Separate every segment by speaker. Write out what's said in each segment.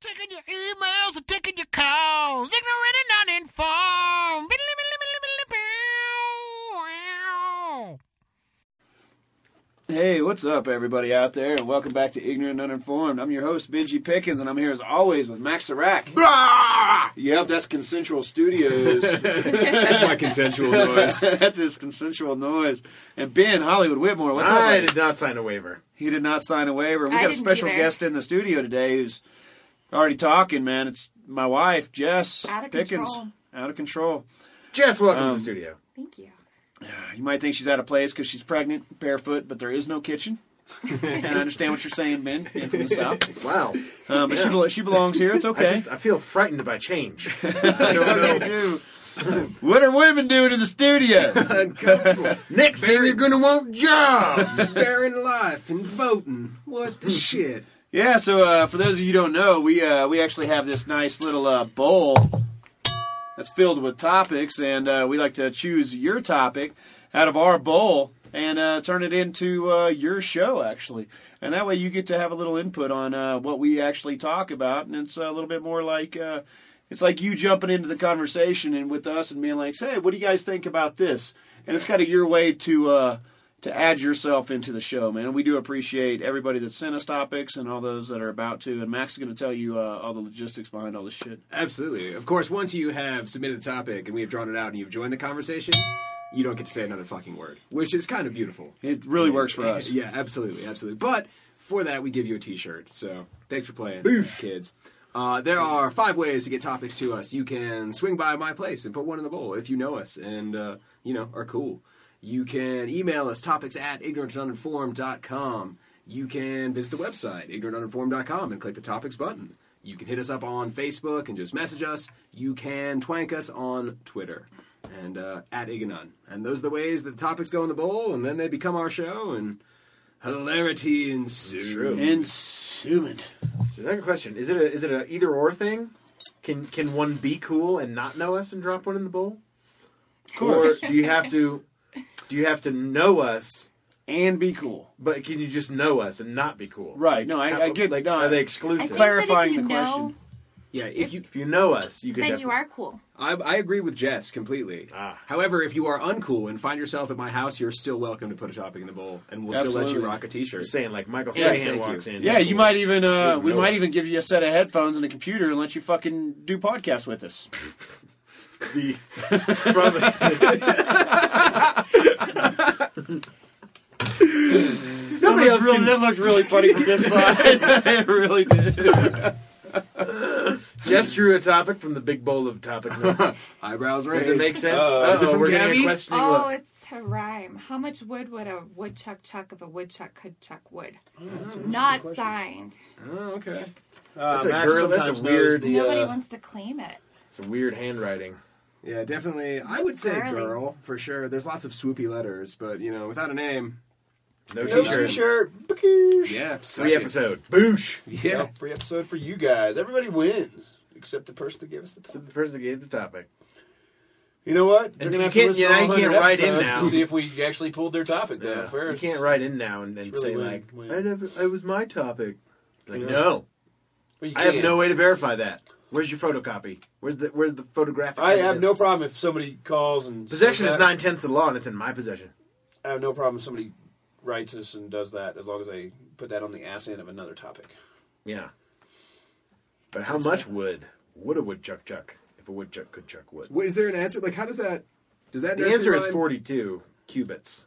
Speaker 1: Taking your emails and taking your calls. Ignorant and uninformed.
Speaker 2: Hey, what's up, everybody out there, and welcome back to Ignorant and Uninformed. I'm your host, Benji Pickens, and I'm here as always with Max Serac. Yep, that's Consensual Studios.
Speaker 3: That's my consensual noise.
Speaker 2: that's his consensual noise. And Ben Hollywood Whitmore, what's up?
Speaker 3: I
Speaker 2: buddy?
Speaker 3: did not sign a waiver.
Speaker 2: He did not sign a waiver. We
Speaker 4: I
Speaker 2: got a
Speaker 4: didn't
Speaker 2: special
Speaker 4: either.
Speaker 2: guest in the studio today who's already talking, man. It's my wife, Jess
Speaker 4: Out of
Speaker 2: Pickens.
Speaker 4: control.
Speaker 2: Out of control.
Speaker 3: Jess, welcome to the studio.
Speaker 4: Thank you.
Speaker 2: You might think she's out of place because she's pregnant, barefoot, but there is no kitchen. and I understand what you're saying, Ben, being from the South.
Speaker 3: Wow.
Speaker 2: Um, but she, belo- she belongs here. It's okay.
Speaker 3: I just I feel frightened by change. I don't know.
Speaker 2: do. What are women doing in the studio?
Speaker 3: Next thing you're gonna want jobs.
Speaker 5: Sparing life and voting. What the shit?
Speaker 2: yeah, so uh, for those of you who don't know, we uh, we actually have this nice little uh, bowl that's filled with topics, and uh, we like to choose your topic out of our bowl and uh, turn it into uh, your show, actually. And that way you get to have a little input on uh, what we actually talk about, and it's a little bit more like. Uh, it's like you jumping into the conversation and with us and being like, "Hey, what do you guys think about this?" And it's kind of your way to uh, to add yourself into the show, man. We do appreciate everybody that sent us topics and all those that are about to. And Max is going to tell you uh, all the logistics behind all this shit.
Speaker 5: Absolutely. Of course, once you have submitted a topic and we have drawn it out and you've joined the conversation, you don't get to say another fucking word, which is kind of beautiful.
Speaker 2: It really works for us.
Speaker 5: yeah, absolutely, absolutely. But for that, we give you a T-shirt. So thanks for playing, kids. Uh, there are five ways to get topics to us. You can swing by my place and put one in the bowl if you know us and uh, you know are cool. You can email us topics at ignorantuninformed.com. You can visit the website ignorantuninformed.com and click the topics button. You can hit us up on Facebook and just message us. You can twank us on Twitter and uh, at Iganon. And those are the ways that the topics go in the bowl, and then they become our show, and hilarity ensues.
Speaker 3: It's true.
Speaker 2: Instrument.
Speaker 3: So second question: Is it a is it a either or thing? Can can one be cool and not know us and drop one in the bowl? Of
Speaker 2: course.
Speaker 3: Or do you have to do you have to know us?
Speaker 2: And be cool.
Speaker 3: But can you just know us and not be cool?
Speaker 2: Right. No, I, I get
Speaker 3: like
Speaker 2: no,
Speaker 3: are they
Speaker 4: I
Speaker 3: exclusive?
Speaker 4: think
Speaker 2: Clarifying
Speaker 4: that
Speaker 2: the
Speaker 4: if you know,
Speaker 2: question.
Speaker 5: Yeah, if you,
Speaker 3: if you know us, you can.
Speaker 4: then
Speaker 3: definitely,
Speaker 4: you are cool.
Speaker 5: I, I agree with Jess completely.
Speaker 3: Ah.
Speaker 5: However, if you are uncool and find yourself at my house, you're still welcome to put a topic in the bowl, and we'll still let
Speaker 2: Absolutely.
Speaker 5: you rock a T-shirt.
Speaker 3: Just saying, like Michael
Speaker 5: Yeah,
Speaker 3: Strahan
Speaker 5: thank you.
Speaker 3: walks in.
Speaker 2: Yeah, you might even uh,
Speaker 3: Doesn't
Speaker 2: we
Speaker 3: know
Speaker 2: might
Speaker 3: us.
Speaker 2: even give you a set of headphones and a computer and let you fucking do podcasts with us.
Speaker 3: be from Nobody else
Speaker 2: really,
Speaker 3: can-
Speaker 2: that looked really funny from this side. it really did.
Speaker 3: Jess drew a topic from the big bowl of topicness.
Speaker 5: Eyebrows raised.
Speaker 3: Does it make sense?
Speaker 2: Uh,
Speaker 5: is it from
Speaker 3: we're getting
Speaker 5: Gabby?
Speaker 3: a questioning
Speaker 4: Oh,
Speaker 3: look.
Speaker 4: it's a rhyme. How much wood would a woodchuck chuck if a woodchuck could chuck wood? Not signed.
Speaker 5: Oh, okay.
Speaker 2: Uh,
Speaker 3: That's a girl- that's a
Speaker 2: sometimes knows
Speaker 3: weird-
Speaker 2: the,
Speaker 4: Nobody
Speaker 2: uh,
Speaker 4: wants to claim it.
Speaker 3: It's a weird handwriting.
Speaker 5: Yeah, definitely. I would say
Speaker 4: Girly.
Speaker 5: girl for sure. There's lots of swoopy letters, but you know, without a name,
Speaker 3: No
Speaker 5: No
Speaker 3: t-shirt.
Speaker 5: yeah, suck
Speaker 3: Free
Speaker 5: it.
Speaker 3: episode. Boosh.
Speaker 5: Yeah,
Speaker 6: Free episode for you guys. Everybody wins except the person that gave us the
Speaker 3: So
Speaker 6: topic.
Speaker 3: the person that gave the topic.
Speaker 6: You know what? They're gonna
Speaker 3: And you
Speaker 6: have to
Speaker 3: can't-
Speaker 6: listen
Speaker 3: yeah,
Speaker 6: to
Speaker 3: you
Speaker 6: all 100
Speaker 3: can't write in
Speaker 6: episodes
Speaker 3: now.
Speaker 6: to see if we actually pulled their topic. Though,
Speaker 3: Yeah.
Speaker 6: fair.
Speaker 3: Uh, You can't write in now and, and
Speaker 6: It's really
Speaker 3: say
Speaker 6: lame.
Speaker 3: like,
Speaker 6: Lame.
Speaker 3: I never, it was my topic. Like,
Speaker 6: Yeah.
Speaker 3: no,
Speaker 6: Well, you
Speaker 3: I have
Speaker 6: can.
Speaker 3: no way to verify that. Where's your photocopy? Where's the where's the photographic?
Speaker 6: I have no
Speaker 3: evidence?
Speaker 6: problem if somebody calls and
Speaker 3: Possession
Speaker 6: says
Speaker 3: is
Speaker 6: that.
Speaker 3: nine tenths of the law, and it's in my possession.
Speaker 6: I have no problem if somebody writes us and does that as long as they put that on the ass end of another topic.
Speaker 3: Yeah. But how much wood would a woodchuck chuck if a woodchuck could chuck wood?
Speaker 5: Wait, is there an answer? Like, how does that? Does that?
Speaker 3: The
Speaker 5: nursery
Speaker 3: answer is
Speaker 5: rhyme-
Speaker 3: 42 cubits.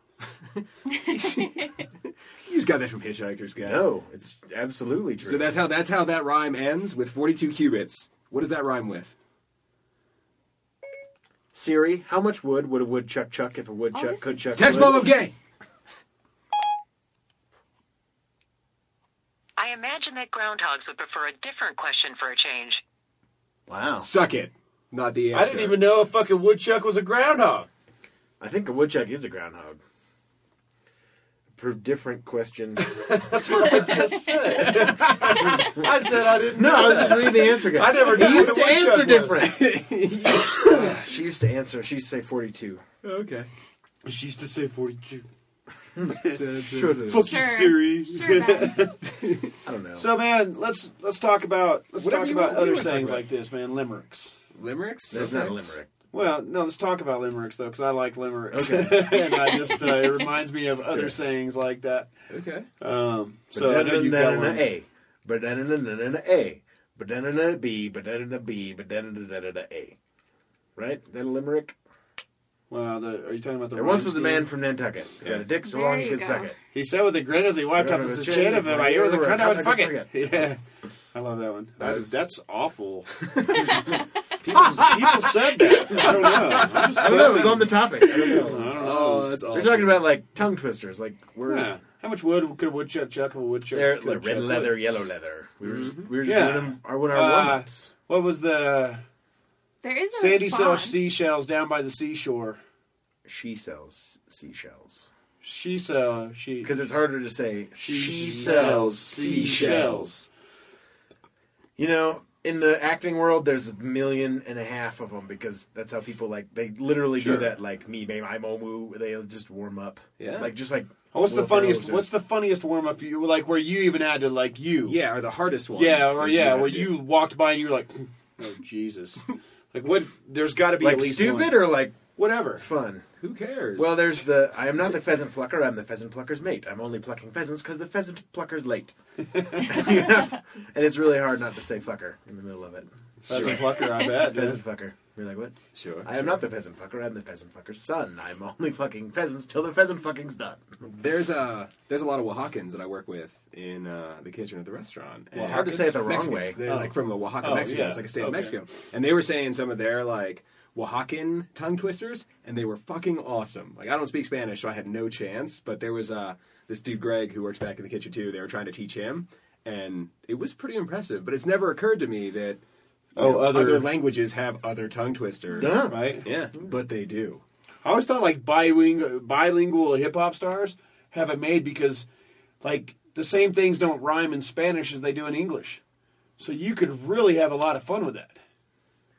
Speaker 5: You just got that from Hitchhiker's Guide.
Speaker 3: No, it's absolutely true.
Speaker 5: So that's how that's how that rhyme ends with 42 cubits. What does that rhyme with?
Speaker 3: Siri, how much wood would a woodchuck chuck if a
Speaker 4: Oh,
Speaker 3: woodchuck
Speaker 4: this
Speaker 3: could
Speaker 4: is-
Speaker 3: chuck
Speaker 5: Text
Speaker 3: wood?
Speaker 5: mom, I'm gay.
Speaker 7: I imagine that groundhogs would prefer a different question for a change.
Speaker 3: Wow.
Speaker 5: Suck it. Not the answer.
Speaker 6: I didn't even know a fucking woodchuck was a groundhog.
Speaker 3: I think a woodchuck is a groundhog. Per different question.
Speaker 6: Just said. I said I didn't.
Speaker 3: no, I was just reading the answer. Guy.
Speaker 6: I never
Speaker 3: He
Speaker 6: knew what
Speaker 3: used to
Speaker 6: a woodchuck
Speaker 3: answer
Speaker 6: was.
Speaker 3: different. she used to answer. She used to say 42.
Speaker 5: Oh, Okay.
Speaker 6: She used to say forty-two.
Speaker 5: Should have.
Speaker 2: Fuck you,
Speaker 4: Sure.
Speaker 2: Siri.
Speaker 4: Sure, Ben.
Speaker 3: I don't know.
Speaker 2: So man, let's let's talk about let's
Speaker 5: Whatever
Speaker 2: talk
Speaker 5: you
Speaker 2: about
Speaker 5: want- what
Speaker 2: other
Speaker 5: do you wanna talk
Speaker 2: sayings
Speaker 5: about?
Speaker 2: like this, man. Limericks.
Speaker 5: Limericks?
Speaker 3: That's not a limerick.
Speaker 2: Well, no, let's talk about limericks though, because I like limericks,
Speaker 3: Okay.
Speaker 2: and I just uh, it reminds me of other
Speaker 3: Sure.
Speaker 2: sayings like that.
Speaker 5: Okay.
Speaker 2: Um,
Speaker 3: But
Speaker 2: so I know you got one.
Speaker 3: A. But then and a A. But then and a B. But then and a B. But then and a A. Right? Is that a limerick?
Speaker 2: Wow, the, are you talking about the?
Speaker 3: There once
Speaker 2: rhyme
Speaker 3: was a
Speaker 2: scheme?
Speaker 3: man from Nantucket.
Speaker 2: Yeah.
Speaker 3: Yeah. The dick so
Speaker 4: There
Speaker 3: long
Speaker 4: you
Speaker 3: he could
Speaker 4: go.
Speaker 3: suck it.
Speaker 2: He said with a grin as he wiped off his chin of him. I was a cunt. I would fuck it. Yeah, I love that one.
Speaker 3: That
Speaker 2: I-
Speaker 3: is-
Speaker 2: That's awful. people, people said that. I don't know. I'm just
Speaker 3: I don't know. It was on the topic. I don't
Speaker 2: I
Speaker 3: know.
Speaker 2: don't know.
Speaker 5: Oh, that's awesome.
Speaker 3: They're talking about like tongue twisters. Like we're
Speaker 2: Yeah. How much wood could a woodchuck chuck if a woodchuck?
Speaker 3: they're
Speaker 2: could
Speaker 3: like red
Speaker 2: chuck
Speaker 3: leather,
Speaker 2: wood?
Speaker 3: yellow leather. We were just we were just
Speaker 2: Yeah.
Speaker 3: doing them our one our
Speaker 2: Uh,
Speaker 3: warm ups.
Speaker 2: What was the
Speaker 4: There is a
Speaker 2: sandy
Speaker 4: response.
Speaker 2: sells seashells down by the seashore?
Speaker 3: She sells seashells
Speaker 2: She sell she
Speaker 3: because it's harder to say. She,
Speaker 2: sells
Speaker 3: sells
Speaker 2: seashells.
Speaker 3: seashells. You know, in the acting world, there's a million and a half of them because that's how people like they literally
Speaker 2: Sure.
Speaker 3: do that. Like me, babe, I'm Omu. They just warm up.
Speaker 5: Yeah.
Speaker 3: like just like.
Speaker 2: What's
Speaker 3: Will
Speaker 2: the funniest?
Speaker 3: Ferrell's just-
Speaker 2: What's the funniest warm up? You like where you even had to like you.
Speaker 5: Yeah, or the hardest one.
Speaker 2: Yeah, or
Speaker 5: is you
Speaker 2: yeah,
Speaker 5: gotta
Speaker 2: where
Speaker 5: do.
Speaker 2: you walked by and you were like, "Oh Jesus!" like what? There's got to be
Speaker 3: like
Speaker 2: at least
Speaker 3: stupid
Speaker 2: one.
Speaker 3: or like
Speaker 2: whatever.
Speaker 3: fun?
Speaker 5: Who cares?
Speaker 3: Well, there's the I am not the pheasant plucker. I'm the pheasant plucker's mate. I'm only plucking pheasants because the pheasant plucker's late. You have to- and it's really hard not to say fucker in the middle of it.
Speaker 2: Pheasant plucker, I bet.
Speaker 3: Pheasant
Speaker 2: dude.
Speaker 3: fucker. You're like what?
Speaker 5: Sure.
Speaker 3: I am not the pheasant fucker. I'm the pheasant fucker's son. I'm only fucking pheasants till the pheasant fucking's done.
Speaker 5: There's a there's a lot of Oaxacans that I work with in uh, the kitchen at the restaurant. And
Speaker 3: hard to say it the wrong
Speaker 5: Mexicans.
Speaker 3: way.
Speaker 5: They're
Speaker 2: Oh.
Speaker 5: like from the Oaxaca,
Speaker 2: Oh,
Speaker 5: Mexico.
Speaker 2: yeah.
Speaker 5: It's like a state of
Speaker 2: Okay.
Speaker 5: Mexico, and they were saying some of their like Oaxacan tongue twisters, and they were fucking awesome. Like I don't speak Spanish, so I had no chance. But there was uh, this dude Greg who works back in the kitchen too. They were trying to teach him, and it was pretty impressive. But it's never occurred to me that you
Speaker 2: Oh,
Speaker 5: know,
Speaker 2: other-
Speaker 5: languages have other tongue twisters,
Speaker 3: Duh.
Speaker 2: Right.
Speaker 5: Yeah, but they do.
Speaker 2: I always thought like bilingual, bilingual hip hop stars have it made because like the same things don't rhyme in Spanish as they do in English. So you could really have a lot of fun with that.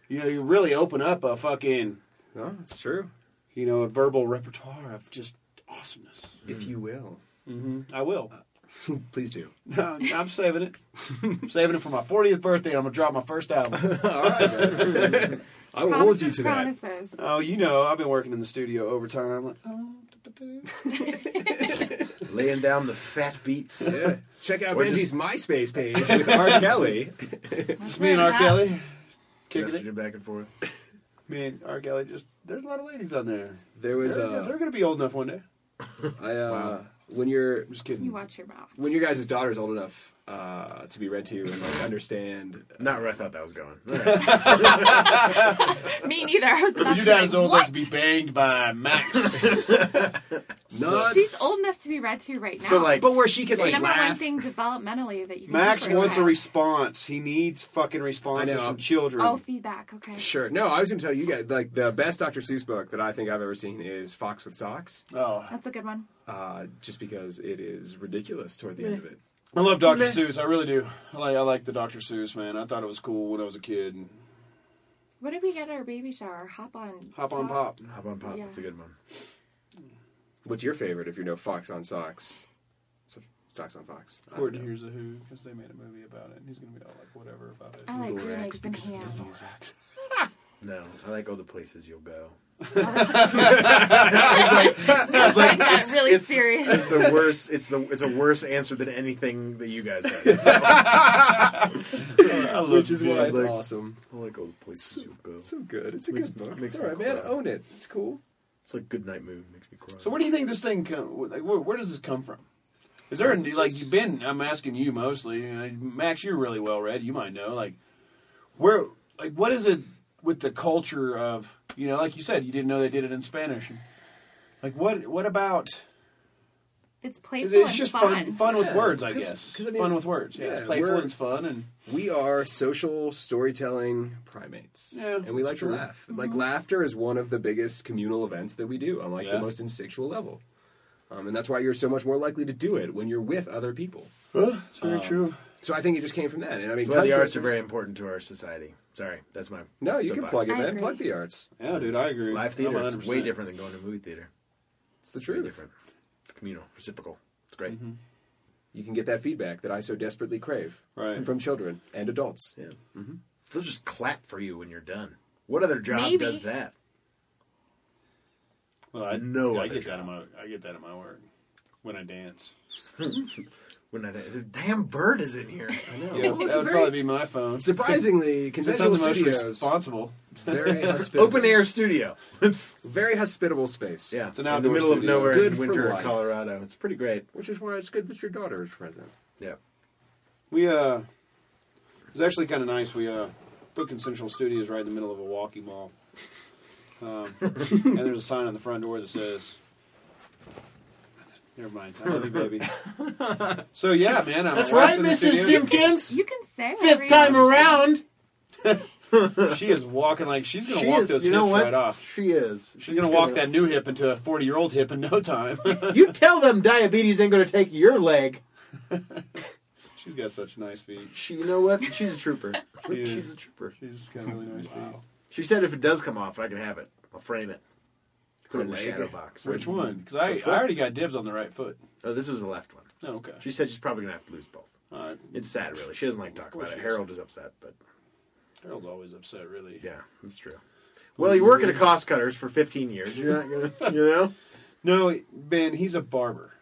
Speaker 2: You know, you really open up a fucking
Speaker 5: No, it's true.
Speaker 2: you know a verbal repertoire of just awesomeness.
Speaker 5: If you will,
Speaker 2: I will.
Speaker 5: please do.
Speaker 2: No, I'm saving it. I'm saving it for my 40th birthday. I'm gonna drop my first album.
Speaker 5: I will hold
Speaker 4: Promises,
Speaker 5: you to that.
Speaker 4: promises.
Speaker 2: oh, you know, I've been working in the studio overtime. Like, oh,
Speaker 3: Laying down the fat beats.
Speaker 5: Yeah. Check out
Speaker 3: Or
Speaker 5: Benji's
Speaker 3: just-
Speaker 5: MySpace page with R. Kelly.
Speaker 2: just me and R. Kelly kicking it.
Speaker 3: Messaging back and forth.
Speaker 2: Me and R. Kelly just. There's a lot of ladies on there.
Speaker 5: There was
Speaker 2: They're,
Speaker 5: uh,
Speaker 2: they're gonna be old enough one day.
Speaker 5: I, uh when you're
Speaker 2: Just kidding.
Speaker 4: You watch your mouth.
Speaker 5: when your guys' daughter's old enough uh, to be read to and like understand.
Speaker 3: Not where I thought that was going. All right.
Speaker 4: Me neither. I was about
Speaker 2: Your
Speaker 4: to
Speaker 2: dad
Speaker 4: like,
Speaker 2: is old
Speaker 4: what?
Speaker 2: enough to be banged by Max.
Speaker 5: Not,
Speaker 4: She's old enough to be read to right now.
Speaker 3: So like,
Speaker 5: but where she could
Speaker 4: the
Speaker 5: like
Speaker 4: number one
Speaker 5: laugh.
Speaker 4: thing developmentally that you can
Speaker 2: Max
Speaker 4: do for
Speaker 2: wants a
Speaker 4: child.
Speaker 2: response. He needs fucking
Speaker 5: I
Speaker 2: responses
Speaker 5: know.
Speaker 2: from children.
Speaker 4: Oh, feedback. Okay.
Speaker 5: Sure. No, I was going to tell you guys like the best Dr. Seuss book that I think I've ever seen is Fox with Socks,
Speaker 2: Oh.
Speaker 4: That's a good one.
Speaker 5: uh, just because it is ridiculous toward the end of it.
Speaker 2: I love Dr. Seuss. I really do. I like, I like the Dr. Seuss man. I thought it was cool when I was a kid.
Speaker 4: What did we get at our baby shower? Hop on.
Speaker 2: Hop on
Speaker 4: Sock?
Speaker 2: pop.
Speaker 3: hop on pop.
Speaker 4: Yeah.
Speaker 3: That's a good one.
Speaker 5: What's your favorite if you know Fox on Socks? So- Socks on Fox. I don't
Speaker 2: Courtney
Speaker 5: know.
Speaker 2: hears a who because they made a movie about it, and he's gonna be all like, whatever about it.
Speaker 4: I like green eggs and ham.
Speaker 3: No, I like all the places you'll go.
Speaker 4: It's like that
Speaker 3: it's-
Speaker 4: really
Speaker 3: it's-
Speaker 4: serious.
Speaker 3: It's a worse. It's the. It's a worse answer than anything that you guys have.
Speaker 2: I love
Speaker 5: Which is
Speaker 2: the
Speaker 5: why
Speaker 2: video.
Speaker 5: it's
Speaker 3: like-
Speaker 5: awesome.
Speaker 3: I like all the places you'll go.
Speaker 5: So good. It's a
Speaker 3: Makes-
Speaker 5: good book.
Speaker 3: makes
Speaker 5: It's all right,
Speaker 3: me
Speaker 5: man.
Speaker 3: cry.
Speaker 5: Own it. It's cool.
Speaker 3: It's like Good Night Moon makes me cry.
Speaker 2: So where do you think this thing come? Like, where, where does this come from? Is there any, like you've been? I'm asking you mostly, Uh, Max. You're really well read. You might know. Like, where? Like, what is it with the culture of? You know, like you said, you didn't know they did it in Spanish. Like, what? What about? It's,
Speaker 4: It's playful
Speaker 2: it's
Speaker 4: and
Speaker 2: just
Speaker 4: fun.
Speaker 2: fun. Fun with
Speaker 5: Yeah,
Speaker 2: words, I
Speaker 5: 'cause-
Speaker 2: guess.
Speaker 5: 'cause I mean-
Speaker 2: fun with words. Yeah,
Speaker 5: yeah,
Speaker 2: it's playful
Speaker 5: we're-
Speaker 2: and it's fun and.
Speaker 5: We are social storytelling primates.
Speaker 2: Yeah,
Speaker 5: and we like
Speaker 2: that's
Speaker 5: to
Speaker 2: true.
Speaker 5: laugh. Like laughter is one of the biggest communal events that we do on like
Speaker 2: Yeah.
Speaker 5: the most instinctual level. Um, and that's why you're so much more likely to do it when you're with other people.
Speaker 2: It's very true.
Speaker 5: So I think it just came from that. And I mean,
Speaker 3: That's why the
Speaker 5: tongue
Speaker 3: arts are
Speaker 5: twisters-
Speaker 3: very important to our society. Sorry, that's my.
Speaker 5: No, you can
Speaker 3: soapbox.
Speaker 5: plug it,
Speaker 4: I
Speaker 5: man.
Speaker 4: agree.
Speaker 5: Plug the arts.
Speaker 2: Yeah, dude, I agree.
Speaker 3: Live
Speaker 2: I'm
Speaker 3: theater is way
Speaker 2: 100%.
Speaker 3: different than going to a movie theater.
Speaker 5: It's the
Speaker 3: Way
Speaker 5: truth.
Speaker 3: different. It's communal, reciprocal. It's great.
Speaker 2: Mm-hmm.
Speaker 5: You can get that feedback that I so desperately crave
Speaker 2: Right.
Speaker 5: from children and adults.
Speaker 3: Yeah.
Speaker 2: Mm-hmm.
Speaker 3: They'll just clap for you when you're done. What other job
Speaker 4: Maybe.
Speaker 3: does that?
Speaker 2: Well, I
Speaker 3: No
Speaker 2: I
Speaker 3: other
Speaker 2: get that
Speaker 3: job.
Speaker 2: in my I get that in my work when I dance.
Speaker 3: When I, the damn bird is in here.
Speaker 2: Yeah, that
Speaker 5: It's
Speaker 2: would
Speaker 5: very-
Speaker 2: probably be my phone.
Speaker 5: Surprisingly,
Speaker 2: Since I'm
Speaker 5: consensual
Speaker 2: the most
Speaker 5: studios
Speaker 2: responsible.
Speaker 5: very hospitable,
Speaker 3: Open air studio. It's
Speaker 5: very hospitable space.
Speaker 3: yeah.
Speaker 2: It's an
Speaker 3: in the
Speaker 2: outdoor
Speaker 3: middle
Speaker 2: studio.
Speaker 3: of nowhere
Speaker 5: Good
Speaker 3: in
Speaker 5: for
Speaker 3: winter in
Speaker 5: life.
Speaker 3: Colorado. It's pretty great.
Speaker 5: which is why it's good that your daughter is present.
Speaker 3: Yeah.
Speaker 2: We uh,
Speaker 8: It was actually kind of nice. We uh, booked Consensual Studios right in the middle of a walkie mall. Um, and there's a sign on the front door that says, Never mind. I love you, baby. so, yeah, man. I'm
Speaker 2: That's
Speaker 8: watching
Speaker 2: right,
Speaker 8: the
Speaker 2: Mrs.
Speaker 8: studio.
Speaker 2: Simpkins.
Speaker 4: You can say whatever
Speaker 2: Fifth
Speaker 4: you
Speaker 2: time
Speaker 4: want.
Speaker 2: around. she is walking like she's gonna walk those hips right off.
Speaker 3: She is.
Speaker 2: She's gonna walk that new hip into a forty-year-old hip in no time.
Speaker 3: You tell them diabetes ain't gonna take your leg.
Speaker 2: she's got such nice feet.
Speaker 3: She, you know what? She's a trooper.
Speaker 2: Yeah.
Speaker 3: She's a trooper.
Speaker 2: She's got really nice feet.
Speaker 3: She said if it does come off, I can have it. I'll frame it. Put it in the
Speaker 5: leg?
Speaker 3: shadow box.
Speaker 2: Which one? Because I, I already got dibs on the right foot.
Speaker 3: Oh, this is the left one.
Speaker 2: Oh, okay.
Speaker 3: She said she's probably gonna have to lose both.
Speaker 2: All right.
Speaker 3: It's sad, really. She doesn't like to talk
Speaker 2: course
Speaker 3: about it.
Speaker 2: she is.
Speaker 3: Harold is upset, but
Speaker 2: Harold's always upset, really.
Speaker 3: yeah, that's true. Well, you work at a cost cutters for 15 years. You're not gonna, you know.
Speaker 2: No, man, he's a barber.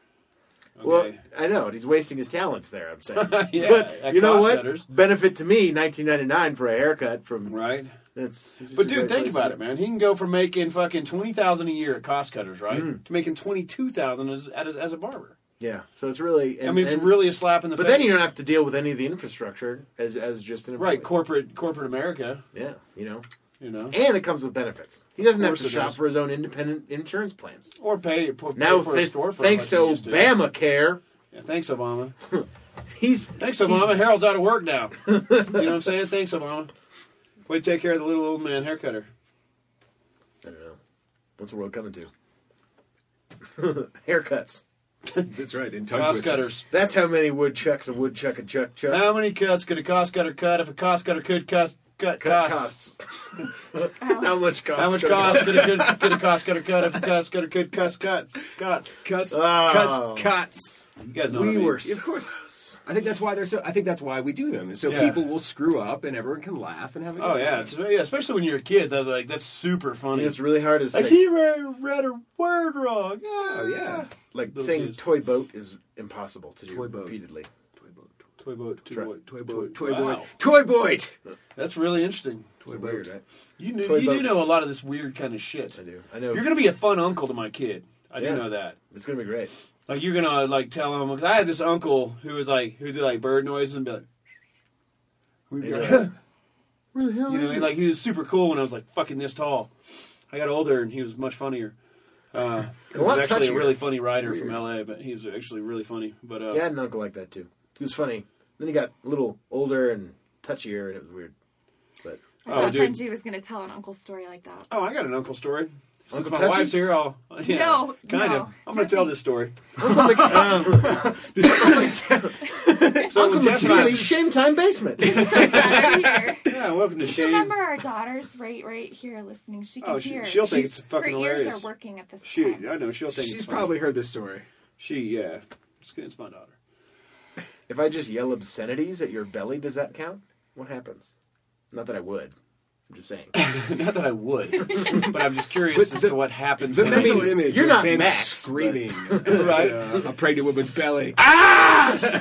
Speaker 2: Okay.
Speaker 3: Well, I know and he's wasting his talents there. I'm saying,
Speaker 2: Yeah,
Speaker 3: but
Speaker 2: at
Speaker 3: you know
Speaker 2: Cost
Speaker 3: what?
Speaker 2: Cutters.
Speaker 3: Benefit to me, 19.99 for a haircut from.
Speaker 2: right.
Speaker 3: That's. it's just
Speaker 2: But
Speaker 3: a
Speaker 2: dude,
Speaker 3: great
Speaker 2: think
Speaker 3: place
Speaker 2: about
Speaker 3: to
Speaker 2: it, man. He can go from making fucking twenty thousand a year at cost cutters, right,
Speaker 3: Mm.
Speaker 2: to making twenty two thousand as, as as a barber.
Speaker 3: Yeah, so it's really. And,
Speaker 2: I mean, it's
Speaker 3: and-
Speaker 2: really a slap in the
Speaker 3: But
Speaker 2: face.
Speaker 3: then you don't have to deal with any of the infrastructure as as just an employee.
Speaker 2: right corporate corporate America.
Speaker 3: Yeah, you know,
Speaker 2: You know,
Speaker 3: and it comes with benefits. He doesn't have
Speaker 2: course
Speaker 3: to
Speaker 2: it
Speaker 3: shop
Speaker 2: does.
Speaker 3: for his own independent insurance plans.
Speaker 2: or pay, p- pay
Speaker 3: Now,
Speaker 2: for a
Speaker 3: thanks,
Speaker 2: storefront.
Speaker 3: thanks to
Speaker 2: like he used
Speaker 3: Obamacare,
Speaker 2: Yeah, thanks, Obama.
Speaker 3: he's
Speaker 2: Thanks, Obama. Harold's out of work now. you know what I'm saying? Thanks, Obama. Way to take care of the little old man haircutter.
Speaker 3: I don't know. What's the world coming to? Haircuts.
Speaker 5: That's right. In tongue
Speaker 2: Cost cutters.
Speaker 5: twisters.
Speaker 3: That's how many woodchucks a woodchuck a chuck chuck.
Speaker 2: How many cuts could a cost cutter cut if a cost cutter could cut, cut,
Speaker 3: Cut
Speaker 2: costs?
Speaker 3: costs. how much costs?
Speaker 2: How much
Speaker 3: gonna-
Speaker 2: cost could a, could, could a cost cutter cut if a cost cutter could cut, cut, cut?
Speaker 5: Cuss,
Speaker 3: Oh.
Speaker 5: cuss, cuts.
Speaker 2: You guys know what
Speaker 3: We
Speaker 2: I mean.
Speaker 3: were
Speaker 5: Of course. I think that's why they're so. I think that's why we do them. is So
Speaker 2: Yeah.
Speaker 5: people will screw up, and everyone can laugh and have. A good
Speaker 2: Oh yeah,
Speaker 5: time.
Speaker 2: it's, yeah, especially when you're a kid. Though, like that's super funny.
Speaker 3: It's really hard to
Speaker 2: like
Speaker 3: say.
Speaker 2: he read, read a word wrong. Yeah.
Speaker 5: Oh yeah.
Speaker 3: Like
Speaker 2: Little
Speaker 3: saying
Speaker 2: kids.
Speaker 3: toy boat is impossible to do
Speaker 5: Toy boat.
Speaker 3: repeatedly.
Speaker 2: Toy boat, toy
Speaker 3: Try-
Speaker 2: boat,
Speaker 5: Toy boy, toy
Speaker 2: Wow.
Speaker 5: boy, toy boy.
Speaker 2: That's really interesting.
Speaker 5: Toy
Speaker 3: It's
Speaker 5: boy.
Speaker 3: weird, right?
Speaker 2: You knew,
Speaker 3: Toy
Speaker 2: you do
Speaker 3: boat.
Speaker 2: know a lot of this weird kind of shit.
Speaker 3: I do. I know.
Speaker 2: You're gonna be a fun uncle to my kid. I
Speaker 3: Yeah.
Speaker 2: do know that.
Speaker 3: It's gonna be great.
Speaker 2: Like you're gonna like tell him. Cause I had this uncle who was like who did like bird noises and be like, we'd be like,
Speaker 3: Where the hell
Speaker 2: you know, he, like he was super cool when I was like fucking this tall. I got older and he was much funnier. Uh, 'cause
Speaker 3: lot
Speaker 2: he's actually a
Speaker 3: touchier.
Speaker 2: really funny writer from LA, but he was actually really funny. But uh,
Speaker 3: Yeah, I had an uncle like that too. He was funny. Then he got a little older and touchier, and it was weird. But
Speaker 4: I
Speaker 2: Oh,
Speaker 4: thought
Speaker 2: dude.
Speaker 4: Benji was gonna tell an uncle story like that.
Speaker 2: oh, I got an uncle story. Since
Speaker 3: Uncle
Speaker 2: my
Speaker 3: Touchy?
Speaker 2: wife's here, I'll yeah,
Speaker 4: No,
Speaker 2: kind
Speaker 4: no.
Speaker 2: of. I'm gonna tell this story. Um, So
Speaker 3: Uncle
Speaker 2: Jess and I-
Speaker 3: McFeely's shame time basement.
Speaker 4: Better here.
Speaker 2: yeah, welcome to Shame.
Speaker 4: Remember, our daughter's right, right here listening. She can
Speaker 2: Oh, she,
Speaker 4: hear.
Speaker 2: she'll think it's
Speaker 4: Her
Speaker 2: fucking
Speaker 4: ears
Speaker 2: hilarious.
Speaker 4: are working at this
Speaker 2: She,
Speaker 4: time.
Speaker 2: I know she'll think
Speaker 5: She's
Speaker 2: it's funny.
Speaker 5: probably heard this story.
Speaker 2: she, yeah. It's, it's my daughter.
Speaker 3: If I just yell obscenities at your belly, does that count? What happens? Not that I would. I'm just saying.
Speaker 2: Not that I would, but I'm just curious as to what happens.
Speaker 5: The
Speaker 2: when I-
Speaker 5: mental image
Speaker 3: you're
Speaker 5: of
Speaker 3: not
Speaker 5: Ben
Speaker 3: Max,
Speaker 5: screaming at
Speaker 2: Right.
Speaker 5: uh, a pregnant woman's belly.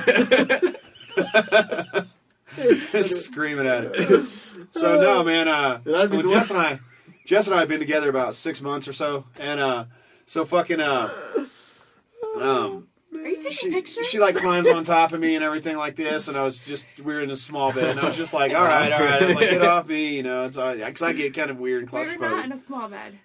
Speaker 2: just screaming at it. So no, man. Uh,
Speaker 3: I was
Speaker 2: so
Speaker 3: gonna do
Speaker 2: Jess and I, Jess and I have been together about six months or so, and uh, so fucking. Uh, um,
Speaker 4: Are you taking
Speaker 2: she,
Speaker 4: pictures?
Speaker 2: she like climbs on top of me and everything like this, and I was just we were in a small bed, and I was just like, all right, all right, I'm like get off me, you know, it's because I get kind of weird and
Speaker 4: we were not in
Speaker 2: claustrophobic.
Speaker 4: a small bed.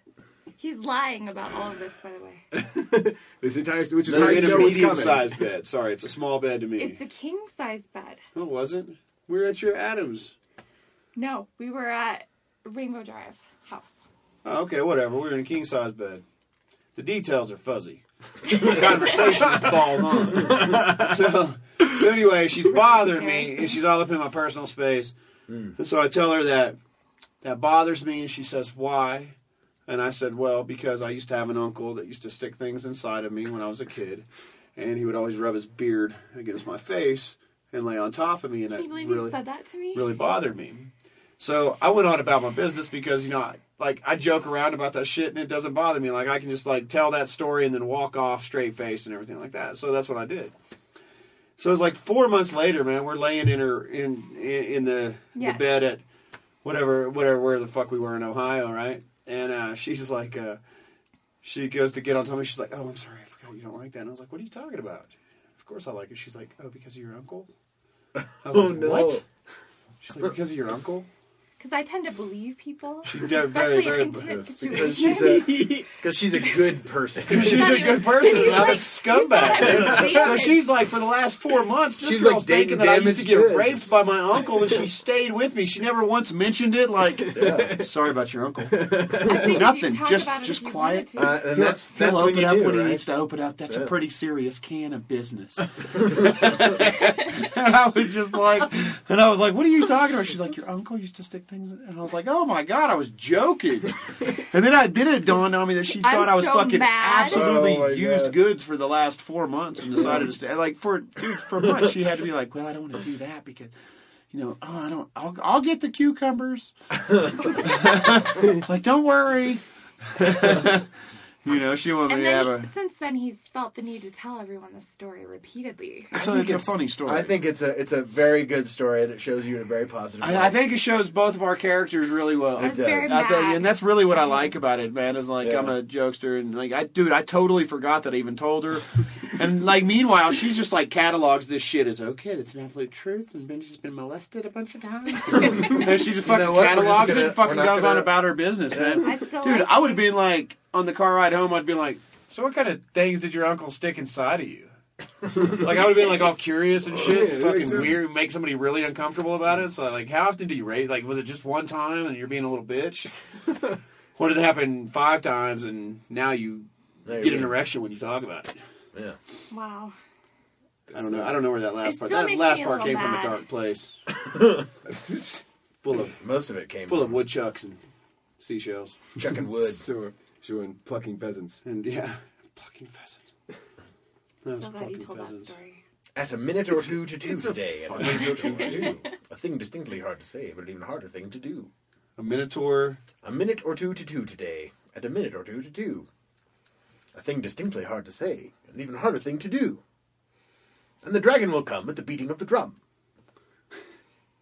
Speaker 4: He's lying about all of this, by the way.
Speaker 5: This entire, which is
Speaker 2: We
Speaker 5: why
Speaker 2: We're
Speaker 5: I
Speaker 2: in a
Speaker 5: know what's
Speaker 2: medium
Speaker 5: coming.
Speaker 2: sized bed. Sorry, it's a small bed to me.
Speaker 4: It's a king size bed.
Speaker 2: no, it wasn't. We were at your Adams.
Speaker 4: No, we were at Rainbow Drive house.
Speaker 2: Oh, okay, whatever. We were in a king size bed. The details are fuzzy. The conversation is balls on. so, so anyway, she's bothering me, and she's all up in my personal Hmm. space. And so I tell her that that bothers me, and she says, "Why?" And I said, well, because I used to have an uncle that used to stick things inside of me when I was a kid, and he would always rub his beard against my face and lay on top of me, and
Speaker 4: Can
Speaker 2: it
Speaker 4: you believe
Speaker 2: really
Speaker 4: you said that to me?
Speaker 2: really bothered me. So I went on about my business because you know, I, like I joke around about that shit and it doesn't bother me. Like I can just like tell that story and then walk off straight faced and everything like that. So that's what I did. So it was like four months later, man. We're laying in her in in, in the,
Speaker 4: Yes.
Speaker 2: the bed at whatever whatever where the fuck we were in Ohio, right? And uh, she's like, uh, she goes to get on top of me. She's like, oh, I'm sorry, I forgot you don't like that. And I was like, what are you talking about? Of course I like it. She's like, oh, because of your uncle. I was
Speaker 3: Oh,
Speaker 2: like,
Speaker 3: no.
Speaker 2: what? She's like, because of your uncle?
Speaker 4: Because I tend to believe people,
Speaker 2: very,
Speaker 4: especially
Speaker 2: very-
Speaker 4: in intimate
Speaker 3: Because
Speaker 4: situations.
Speaker 3: she's a because she's a good person.
Speaker 2: She's a good person, and I'm a scumbag. So
Speaker 4: so
Speaker 2: she's like, for the last four months, this
Speaker 3: She's like
Speaker 2: girl's thinking
Speaker 3: dating
Speaker 2: that I used to
Speaker 3: damaged
Speaker 2: get
Speaker 3: goods.
Speaker 2: raped by my uncle, and she stayed with me. She never once mentioned it. Like, sorry about your uncle. nothing, just- just quiet.
Speaker 3: Uh, and that's that's
Speaker 2: He'll
Speaker 3: what
Speaker 2: open
Speaker 3: you
Speaker 2: up
Speaker 3: do,
Speaker 2: when
Speaker 3: right?
Speaker 2: he needs to open up. That's
Speaker 3: Yeah.
Speaker 2: a pretty serious can of business. and I was just like, and I was like, what are you talking about? She's like, your uncle used to stick things. in-" And I was like, oh my god, I was joking. And then I then it dawned on me that she
Speaker 4: I'm
Speaker 2: thought I was
Speaker 4: so
Speaker 2: fucking
Speaker 4: mad.
Speaker 2: absolutely
Speaker 3: Oh my
Speaker 2: used
Speaker 3: God.
Speaker 2: goods for the last four months and decided to stay. Like for dude, for months she had to be like, well, I don't want to do that because. You know, oh, I don't. I'll, I'll get the cucumbers. like, don't worry. you know, she wanted me
Speaker 4: And
Speaker 2: to have
Speaker 4: then,
Speaker 2: a.
Speaker 4: he- since then, he's felt the need to tell everyone the story repeatedly.
Speaker 2: So
Speaker 3: I think
Speaker 2: it's a funny story.
Speaker 3: I think it's a it's a very good story, and it shows you in a very positive. way.
Speaker 2: I, I think it shows both of our characters really well.
Speaker 4: I was very
Speaker 2: I
Speaker 4: mad.
Speaker 2: think, and that's really what I like about it, man. Is like
Speaker 3: Yeah.
Speaker 2: I'm a jokester, and like I, dude, I totally forgot that I even told her. and like, meanwhile, she's just like catalogs this shit as okay, that's an absolute truth, and Benji's been molested a bunch of times. and she just fucking
Speaker 3: know what? We're just
Speaker 2: catalogs it,
Speaker 3: gonna-
Speaker 2: and fucking
Speaker 3: we're not
Speaker 2: goes on
Speaker 3: gonna-
Speaker 2: about her business,
Speaker 4: I
Speaker 2: man.
Speaker 4: still
Speaker 2: Dude,
Speaker 4: like
Speaker 2: I would have been like on the car ride home. I'd been like, so what kind of things did your uncle stick inside of you? like I would have been like all curious and shit,
Speaker 5: Oh, Yeah, that
Speaker 2: fucking
Speaker 5: makes sense.
Speaker 2: weird, make somebody really uncomfortable about it. So like, how often do you rate? Like, was it just one time and you're being a little bitch, or did it happen five times and now you
Speaker 3: There you
Speaker 2: get an
Speaker 3: go.
Speaker 2: erection when you talk about it?
Speaker 3: Yeah.
Speaker 4: Wow.
Speaker 2: I don't know. I don't know where that last
Speaker 4: It
Speaker 2: part.
Speaker 4: still
Speaker 2: That
Speaker 4: makes
Speaker 2: last
Speaker 4: me a
Speaker 2: part
Speaker 4: little
Speaker 2: came from a
Speaker 4: mad.
Speaker 2: dark place, full of
Speaker 3: Most of it came
Speaker 2: full
Speaker 3: from
Speaker 2: of woodchucks and seashells,
Speaker 3: chucking wood.
Speaker 5: So, showing plucking pheasants.
Speaker 2: and yeah, plucking pheasants. That was
Speaker 4: So glad you
Speaker 2: plucking
Speaker 4: told
Speaker 2: pheasants.
Speaker 4: that story.
Speaker 3: At a minute or two to two
Speaker 5: it's a
Speaker 3: today.
Speaker 5: fun
Speaker 3: at a minute or two to two. A thing distinctly hard to say, but an even harder thing to do.
Speaker 2: A minotaur.
Speaker 3: A minute or two to two today. At a minute or two to two. A thing distinctly hard to say. An even harder thing to do. And the dragon will come at the beating of the drum.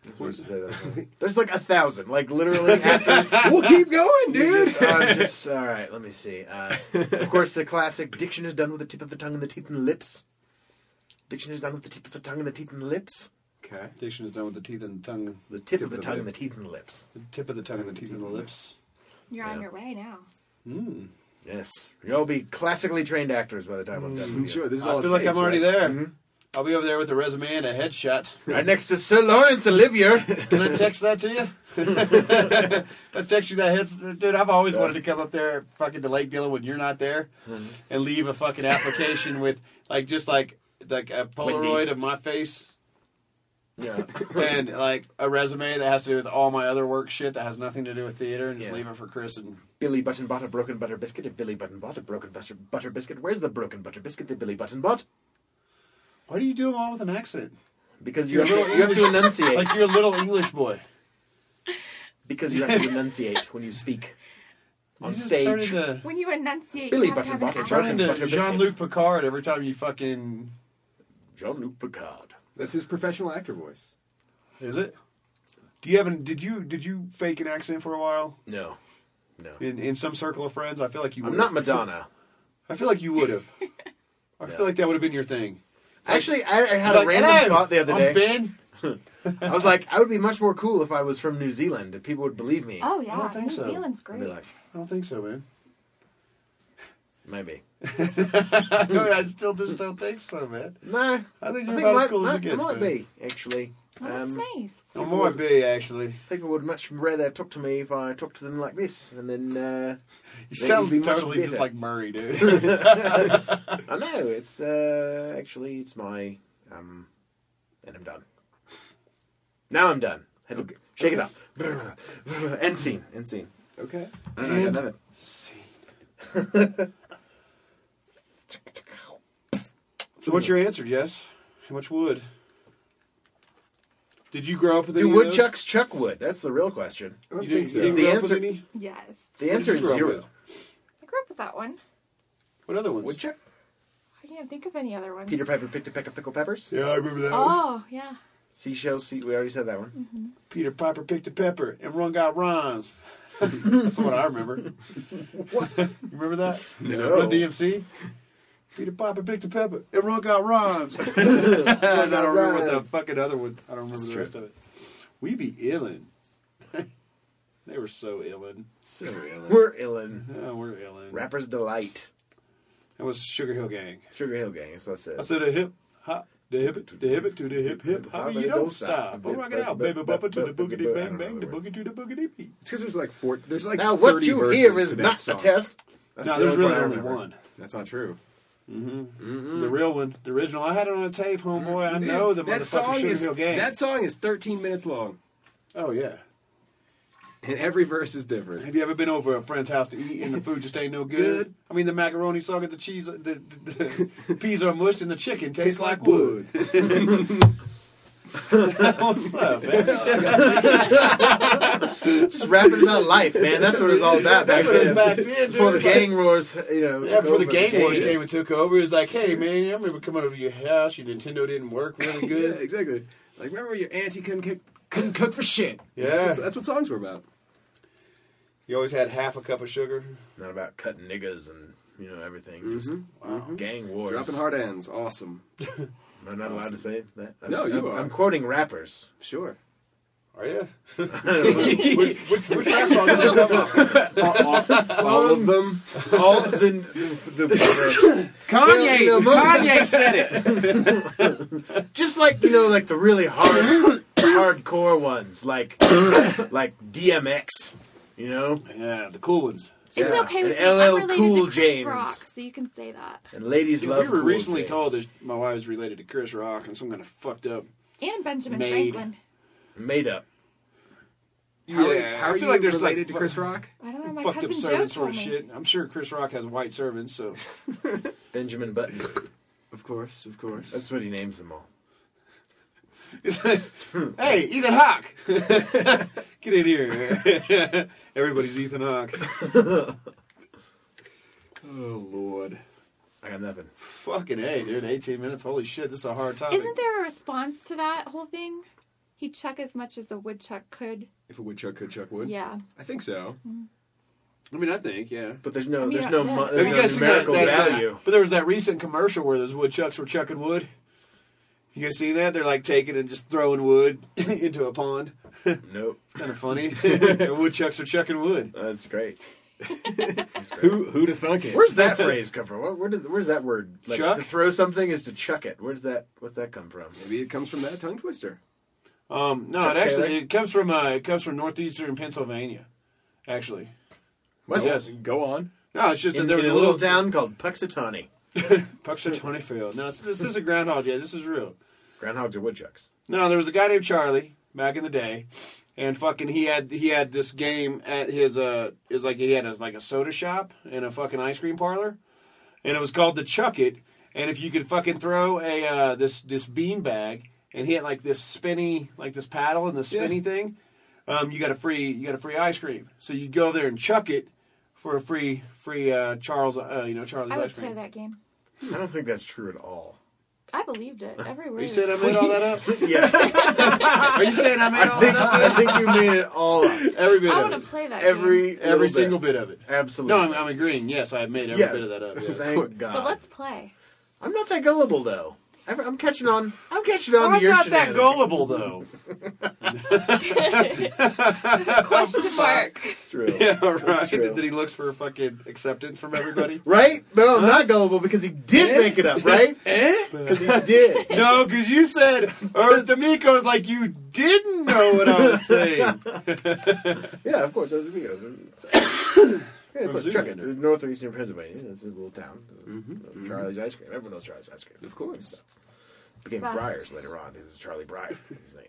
Speaker 3: That's what it says there. There's like a thousand, like literally actors.
Speaker 5: we'll keep going,
Speaker 3: You're
Speaker 5: dude.
Speaker 3: just- I'm just all right. Let me see. Uh, of course, the classic diction is done with the tip of the tongue and the teeth and lips. Diction is done with the tip of the tongue and the teeth and lips.
Speaker 2: Okay. Diction is done with the teeth and tongue.
Speaker 3: The tip, of the, tongue
Speaker 2: lip.
Speaker 3: and the teeth and the lips.
Speaker 2: The tip of the tongue and the teeth and the lips.
Speaker 4: You're on
Speaker 3: Yeah.
Speaker 4: your way now.
Speaker 3: Yes, you'll be classically trained actors by the time I'm done. With you.
Speaker 5: Sure, this is all
Speaker 2: I
Speaker 5: it
Speaker 2: feel like
Speaker 5: takes,
Speaker 2: I'm already
Speaker 5: right?
Speaker 2: there. Mm-hmm. I'll be over there with a resume and a headshot.
Speaker 3: Right next to Sir Lawrence Olivier.
Speaker 2: Can I text that to you? I text you that heads, dude. I've always wanted to come up there, fucking to Lake Dillon when you're not there, and leave a fucking application with like just like like a Polaroid of my face
Speaker 3: yeah.
Speaker 2: and like a resume that has to do with all my other work shit that has nothing to do with theater, and just
Speaker 3: Yeah.
Speaker 2: leave it for Chris and
Speaker 3: Billy Button bought a broken butter biscuit. If Billy Button bought a broken butter, butter biscuit, where's the broken butter biscuit that Billy Button bought?
Speaker 2: why do you do them all with an accent?
Speaker 3: Because you have,
Speaker 2: You're a
Speaker 3: to, you have to enunciate.
Speaker 2: Like you're a little English boy.
Speaker 3: because you have to enunciate when you speak on
Speaker 2: You just turn
Speaker 3: stage.
Speaker 2: into-
Speaker 4: When you enunciate,
Speaker 3: Billy
Speaker 4: you have to have
Speaker 3: Button
Speaker 4: an
Speaker 3: Button
Speaker 2: Turn
Speaker 4: accent.
Speaker 3: Broken
Speaker 2: into
Speaker 3: butter
Speaker 2: Jean Luc
Speaker 3: biscuits.
Speaker 2: Picard every time you fucking.
Speaker 3: Jean Luc Picard.
Speaker 5: That's his professional actor voice.
Speaker 2: Is it? Do you have an, Did you did you fake an accent for a while
Speaker 3: No, no.
Speaker 2: in in some circle of friends? I feel like you.
Speaker 3: I'm
Speaker 2: Would
Speaker 3: not Madonna.
Speaker 2: I feel like you would have. I feel like that would have been your thing.
Speaker 3: Actually, I, I had
Speaker 2: Like,
Speaker 3: a random
Speaker 2: "Hello,
Speaker 3: thought the other
Speaker 2: I'm
Speaker 3: day.
Speaker 2: Ben.
Speaker 3: I was like, I would be much more cool if I was from New Zealand. If people would believe me.
Speaker 4: Oh yeah,
Speaker 2: I don't think
Speaker 4: New
Speaker 2: so.
Speaker 4: Zealand's
Speaker 3: I'd
Speaker 4: great.
Speaker 3: be like,
Speaker 2: I don't think so, man.
Speaker 3: maybe.
Speaker 2: No, I still just don't think so, man.
Speaker 3: Nah,
Speaker 2: I think
Speaker 3: I
Speaker 2: you're
Speaker 3: think
Speaker 2: about as
Speaker 3: might,
Speaker 2: cool as
Speaker 3: might,
Speaker 2: it gets,
Speaker 3: might
Speaker 2: man.
Speaker 3: be actually.
Speaker 4: oh, that's
Speaker 3: Um,
Speaker 4: nice.
Speaker 2: I might be actually.
Speaker 3: people would much rather talk to me if I talked to them like this, and then uh,
Speaker 2: You
Speaker 3: would
Speaker 2: sound
Speaker 3: be much
Speaker 2: totally just
Speaker 3: better.
Speaker 2: like Murray, dude.
Speaker 3: I know it's uh, actually it's my um, and I'm done. Now I'm done. Hey, look, Shake it up. End scene. End scene.
Speaker 5: Okay.
Speaker 3: I don't know. I love it.
Speaker 2: So what's your answer, Jess? How much wood? Did you grow up with any
Speaker 3: Do
Speaker 2: of those?
Speaker 3: woodchucks chuck wood? That's the real question.
Speaker 5: I don't
Speaker 2: You didn't,
Speaker 5: think so.
Speaker 2: you didn't
Speaker 3: The
Speaker 2: grow up with
Speaker 3: answer-
Speaker 2: any?
Speaker 4: Yes.
Speaker 3: The answer
Speaker 2: did
Speaker 3: is
Speaker 2: you grow up
Speaker 3: zero.
Speaker 4: I grew up with that one.
Speaker 2: What other ones?
Speaker 3: Woodchuck?
Speaker 4: I can't think of any other one.
Speaker 3: Peter Piper picked a peck of pickle peppers.
Speaker 2: Yeah, I remember that one.
Speaker 4: Oh, yeah.
Speaker 3: Seashells. Sea- we already said that one.
Speaker 2: Peter Piper picked a pepper and run got rhymes. That's what I remember. what? You remember that?
Speaker 3: No.
Speaker 2: Run DMC? Peter Piper picked a pepper and run got rhymes. I don't remember what the
Speaker 3: rhymes.
Speaker 2: fucking other one. I don't remember the rest of it. We be illin. they were so illin.
Speaker 5: So ill.
Speaker 3: We're illin.
Speaker 2: Oh, we're illin.
Speaker 3: Rapper's delight.
Speaker 2: That was Sugar Hill Gang.
Speaker 3: Sugar Hill Gang. That's what I said.
Speaker 2: I said a hip hop. The hip to the hip to the hip hip hop. You don't stop. I'm rocking out, baby bumper to the boogity bang bang, the boogie to the boogity beat.
Speaker 5: It's because there's like four. There's like
Speaker 3: now
Speaker 5: 30
Speaker 3: what you
Speaker 5: verses
Speaker 3: hear is
Speaker 5: to that
Speaker 3: not
Speaker 5: song.
Speaker 3: a test. That's
Speaker 2: No,
Speaker 3: the
Speaker 2: there's really
Speaker 3: part I
Speaker 2: only
Speaker 3: remember.
Speaker 2: one.
Speaker 5: That's not true.
Speaker 2: The real one, the original. I had it on a tape, homeboy. I know the
Speaker 5: that
Speaker 2: motherfucking
Speaker 5: song
Speaker 2: Sugar
Speaker 5: is
Speaker 2: Hill Gang.
Speaker 5: that song is 13 minutes long,
Speaker 2: oh yeah.
Speaker 5: and every verse is different.
Speaker 2: Have you ever been over at a friend's house to eat and the food just ain't no good?
Speaker 5: Good.
Speaker 2: I mean, the macaroni soggy, the cheese, the, the, the peas are mushed, and the chicken tastes, like wood.
Speaker 5: Wood.
Speaker 2: What's up, man?
Speaker 3: Just rapping about life, man. That's what it was all about.
Speaker 2: That's
Speaker 3: Back
Speaker 2: what it was
Speaker 3: then.
Speaker 2: back then, dude.
Speaker 3: Before the
Speaker 2: Like-
Speaker 3: gang roars, you know.
Speaker 2: Yeah,
Speaker 3: took
Speaker 2: before the
Speaker 3: over
Speaker 2: Game Wars
Speaker 3: gang.
Speaker 2: came and took over, it was like, hey, man, I remember coming over to your house, your Nintendo didn't work really
Speaker 5: yeah,
Speaker 2: good.
Speaker 5: exactly. Like remember your auntie couldn't cook, couldn't cook for shit.
Speaker 2: Yeah.
Speaker 5: that's, that's what songs were about.
Speaker 2: You always had half a cup of sugar.
Speaker 3: Not about cutting niggas and you know everything. Just wow. gang wars.
Speaker 5: Dropping hard ends, awesome.
Speaker 3: Am I not allowed to say that? I'm,
Speaker 5: No, you
Speaker 3: I'm,
Speaker 5: are.
Speaker 3: I'm quoting rappers.
Speaker 5: Sure.
Speaker 2: Are you? which, which, which rap song did you come up with?
Speaker 5: All of them.
Speaker 3: All the the, the, the Kanye. You know, most-
Speaker 9: said it.
Speaker 3: just like you know, like the really hard, hardcore ones, like like DMX. You know,
Speaker 2: Yeah, the cool ones.
Speaker 4: It's okay with
Speaker 3: And
Speaker 4: me. I'm
Speaker 3: LL
Speaker 4: related
Speaker 3: Cool
Speaker 4: to Chris
Speaker 3: James.
Speaker 4: Rock, so you can say that.
Speaker 3: and ladies
Speaker 2: Dude,
Speaker 3: love.
Speaker 2: we were
Speaker 3: cool
Speaker 2: recently
Speaker 3: things.
Speaker 2: told that my wife's related to Chris Rock and some kind of fucked up.
Speaker 4: And Benjamin
Speaker 2: Made.
Speaker 4: Franklin.
Speaker 3: made up.
Speaker 5: How are-
Speaker 2: Yeah,
Speaker 5: how
Speaker 2: I
Speaker 5: are
Speaker 2: feel
Speaker 5: you
Speaker 2: like there's,
Speaker 5: related
Speaker 2: like,
Speaker 5: to Chris Rock?
Speaker 4: I don't know. Oh, My
Speaker 2: fucked
Speaker 4: cousin
Speaker 2: up
Speaker 4: Joe
Speaker 2: servant sort
Speaker 4: told
Speaker 2: of
Speaker 4: me.
Speaker 2: shit. I'm sure Chris Rock has white servants, so
Speaker 3: Benjamin Button.
Speaker 5: Of course, of course.
Speaker 3: That's what he names them all.
Speaker 4: "Hmm."
Speaker 2: Hey, Ethan Hawk! Get in here. Everybody's Ethan Hawk.
Speaker 5: oh lord.
Speaker 3: I got nothing.
Speaker 2: Fucking A, dude. 18 minutes. Holy shit, this is a hard topic.
Speaker 4: Isn't there a response to that whole thing? He chuck as much as a woodchuck could.
Speaker 5: If a woodchuck could chuck wood.
Speaker 4: Yeah.
Speaker 5: I think so.
Speaker 2: I mean, I think, yeah.
Speaker 3: But there's no,
Speaker 4: mean,
Speaker 3: there's no,
Speaker 4: yeah.
Speaker 3: mu-
Speaker 4: Have
Speaker 3: there's
Speaker 2: Have
Speaker 3: no
Speaker 2: you guys seen that,
Speaker 3: numerical
Speaker 2: that- uh,
Speaker 3: value.
Speaker 2: But there was that recent commercial where those woodchucks were chucking wood. You guys see that? They're like taking and just throwing wood into a pond.
Speaker 3: Nope,
Speaker 2: Kind of funny. And woodchucks are chucking wood.
Speaker 3: that's great.
Speaker 5: Who who to thunk it?
Speaker 3: Where's that
Speaker 2: Um,
Speaker 3: phrase come from? Where, where, does, where does that word? Like,
Speaker 2: Chuck?
Speaker 3: To throw something is to chuck it. Where's that? What's that come from?
Speaker 5: Maybe it comes from that tongue twister.
Speaker 2: Um, no,
Speaker 3: Chuck
Speaker 2: it actually
Speaker 3: Taylor?
Speaker 2: it comes from uh, it comes from northeastern Pennsylvania. Actually,
Speaker 3: What?
Speaker 2: Yes.
Speaker 5: Go on.
Speaker 2: no, it's just
Speaker 3: In,
Speaker 2: that there
Speaker 3: in
Speaker 2: was
Speaker 3: a little town called Puxatawny.
Speaker 2: Puxatony Field. No, it's, this is a groundhog. Yeah, this is real.
Speaker 3: Groundhogs are woodchucks.
Speaker 2: No, there was a guy named Charlie back in the day, and fucking he had he had this game at his uh is like he had a, like a soda shop and a fucking ice cream parlor, and it was called the Chuck It. And if you could fucking throw a uh, this this bean bag and hit like this spinny like this paddle and this spinny thing, um, you got a free you got a free ice cream. So you go there and chuck it for a free free uh, Charles uh, you know Charlie's
Speaker 4: I
Speaker 2: ice
Speaker 4: would play
Speaker 2: cream.
Speaker 4: that game.
Speaker 3: I don't think that's true at all.
Speaker 4: I believed it. Every word.
Speaker 2: Are you saying I made all that up?
Speaker 3: Yes,
Speaker 2: Are you saying I made all that up?
Speaker 3: I think you made it all up.
Speaker 2: Every bit
Speaker 4: I
Speaker 2: of
Speaker 4: want
Speaker 2: it.
Speaker 4: to play that game.
Speaker 3: Every
Speaker 2: Every
Speaker 3: little
Speaker 2: single bit of it.
Speaker 3: Absolutely.
Speaker 2: No, I'm, I'm agreeing. Yes, I made every
Speaker 3: Yes.
Speaker 2: bit of that up. yeah.
Speaker 3: Thank God.
Speaker 4: But let's play.
Speaker 3: I'm not that gullible though. I'm- I'm catching on. I'm catching on. to
Speaker 2: I'm
Speaker 3: your
Speaker 2: not that
Speaker 3: shenanigans.
Speaker 2: gullible, though.
Speaker 4: Question mark.
Speaker 3: True.
Speaker 2: yeah, right.
Speaker 3: true.
Speaker 2: That he looks for fucking acceptance from everybody.
Speaker 3: Right? No, I'm not gullible because he did
Speaker 2: Eh?
Speaker 3: make it up, right? Because he did.
Speaker 2: no, because you said, or D'Amico is like, you didn't know what I was saying.
Speaker 3: Yeah, of course. That's the video. Yeah, of course. Chuck it.
Speaker 2: Zoolander. Mm-hmm.
Speaker 3: It's Northeastern Pennsylvania. It's a little town. It's a- Charlie's Ice Cream. Everyone knows Charlie's Ice Cream.
Speaker 5: Of course.
Speaker 3: Became
Speaker 4: Best.
Speaker 3: Briars later on. This is Charlie Briar. His name.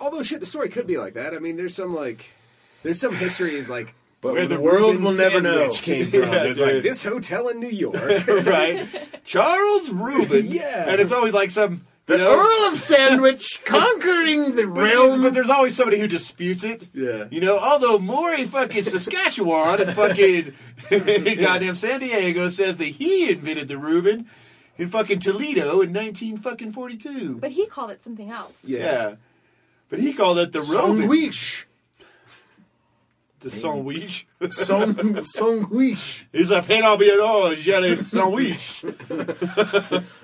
Speaker 5: Although shit, the story could be like that. I mean, there's some like, there's some histories like
Speaker 3: But
Speaker 5: where
Speaker 3: the world
Speaker 5: Reuben
Speaker 3: will never know.
Speaker 5: sandwich came from.
Speaker 2: Yeah,
Speaker 5: There's
Speaker 2: dude.
Speaker 5: like this hotel in New York.
Speaker 2: right? Charles Reuben.
Speaker 5: Yeah.
Speaker 2: And it's always like some. You
Speaker 3: The
Speaker 2: know,
Speaker 3: Earl of Sandwich conquering the
Speaker 2: but there's-
Speaker 3: realm.
Speaker 2: but there's always somebody who disputes it.
Speaker 5: Yeah.
Speaker 2: You know, although Maury fucking Saskatchewan and fucking goddamn San Diego says that he invented the Reuben in fucking Toledo in nineteen fucking forty two.
Speaker 4: But he called it something else.
Speaker 2: Yeah. But he called it the Reuben.
Speaker 3: Songweesh.
Speaker 2: The sandwich.
Speaker 3: Song Songweesh.
Speaker 2: Is a pain au bilan, jelly sandwich.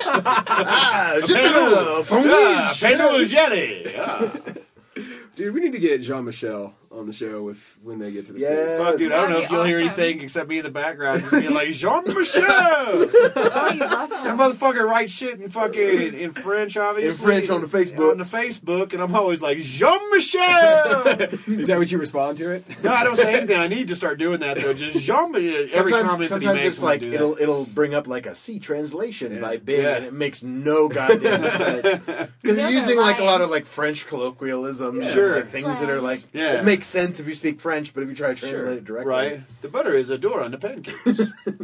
Speaker 3: Ah,
Speaker 2: Hello. Ah,
Speaker 3: Songweesh.
Speaker 2: pain au jelly. Ah.
Speaker 5: Dude, we need to get Jean Michel on the show if when they get to the
Speaker 3: Yes.
Speaker 5: states.
Speaker 2: Fuck, dude, I don't know
Speaker 4: That'd
Speaker 2: if
Speaker 4: be
Speaker 2: you'll hear
Speaker 4: awesome.
Speaker 2: anything except me in the background just being like, Jean Michel!
Speaker 4: Oh, you love
Speaker 2: That
Speaker 4: him.
Speaker 2: motherfucker writes shit in fucking in French, obviously.
Speaker 3: French on the Facebook.
Speaker 2: On the Facebook, and I'm always like, Jean Michel!
Speaker 5: Is that what you respond to it?
Speaker 2: no, I don't say anything. I need to start doing that, though. Just Jean Michel. Every
Speaker 3: Sometimes,
Speaker 2: comment that he
Speaker 3: sometimes
Speaker 2: makes, I'm
Speaker 3: it's
Speaker 2: gonna
Speaker 3: like
Speaker 2: do that.
Speaker 3: it'll it'll bring up like a C translation by Bing,
Speaker 2: Yeah.
Speaker 3: and it makes no goddamn sense because
Speaker 4: No,
Speaker 3: they're using like a
Speaker 4: lying.
Speaker 3: lot of like French colloquialisms, and,
Speaker 2: Sure.
Speaker 3: like, things that are like
Speaker 2: Yeah.
Speaker 3: it makes sense if you speak French, but if you try to translate it directly,
Speaker 2: Right? The butter is a door on the pancakes.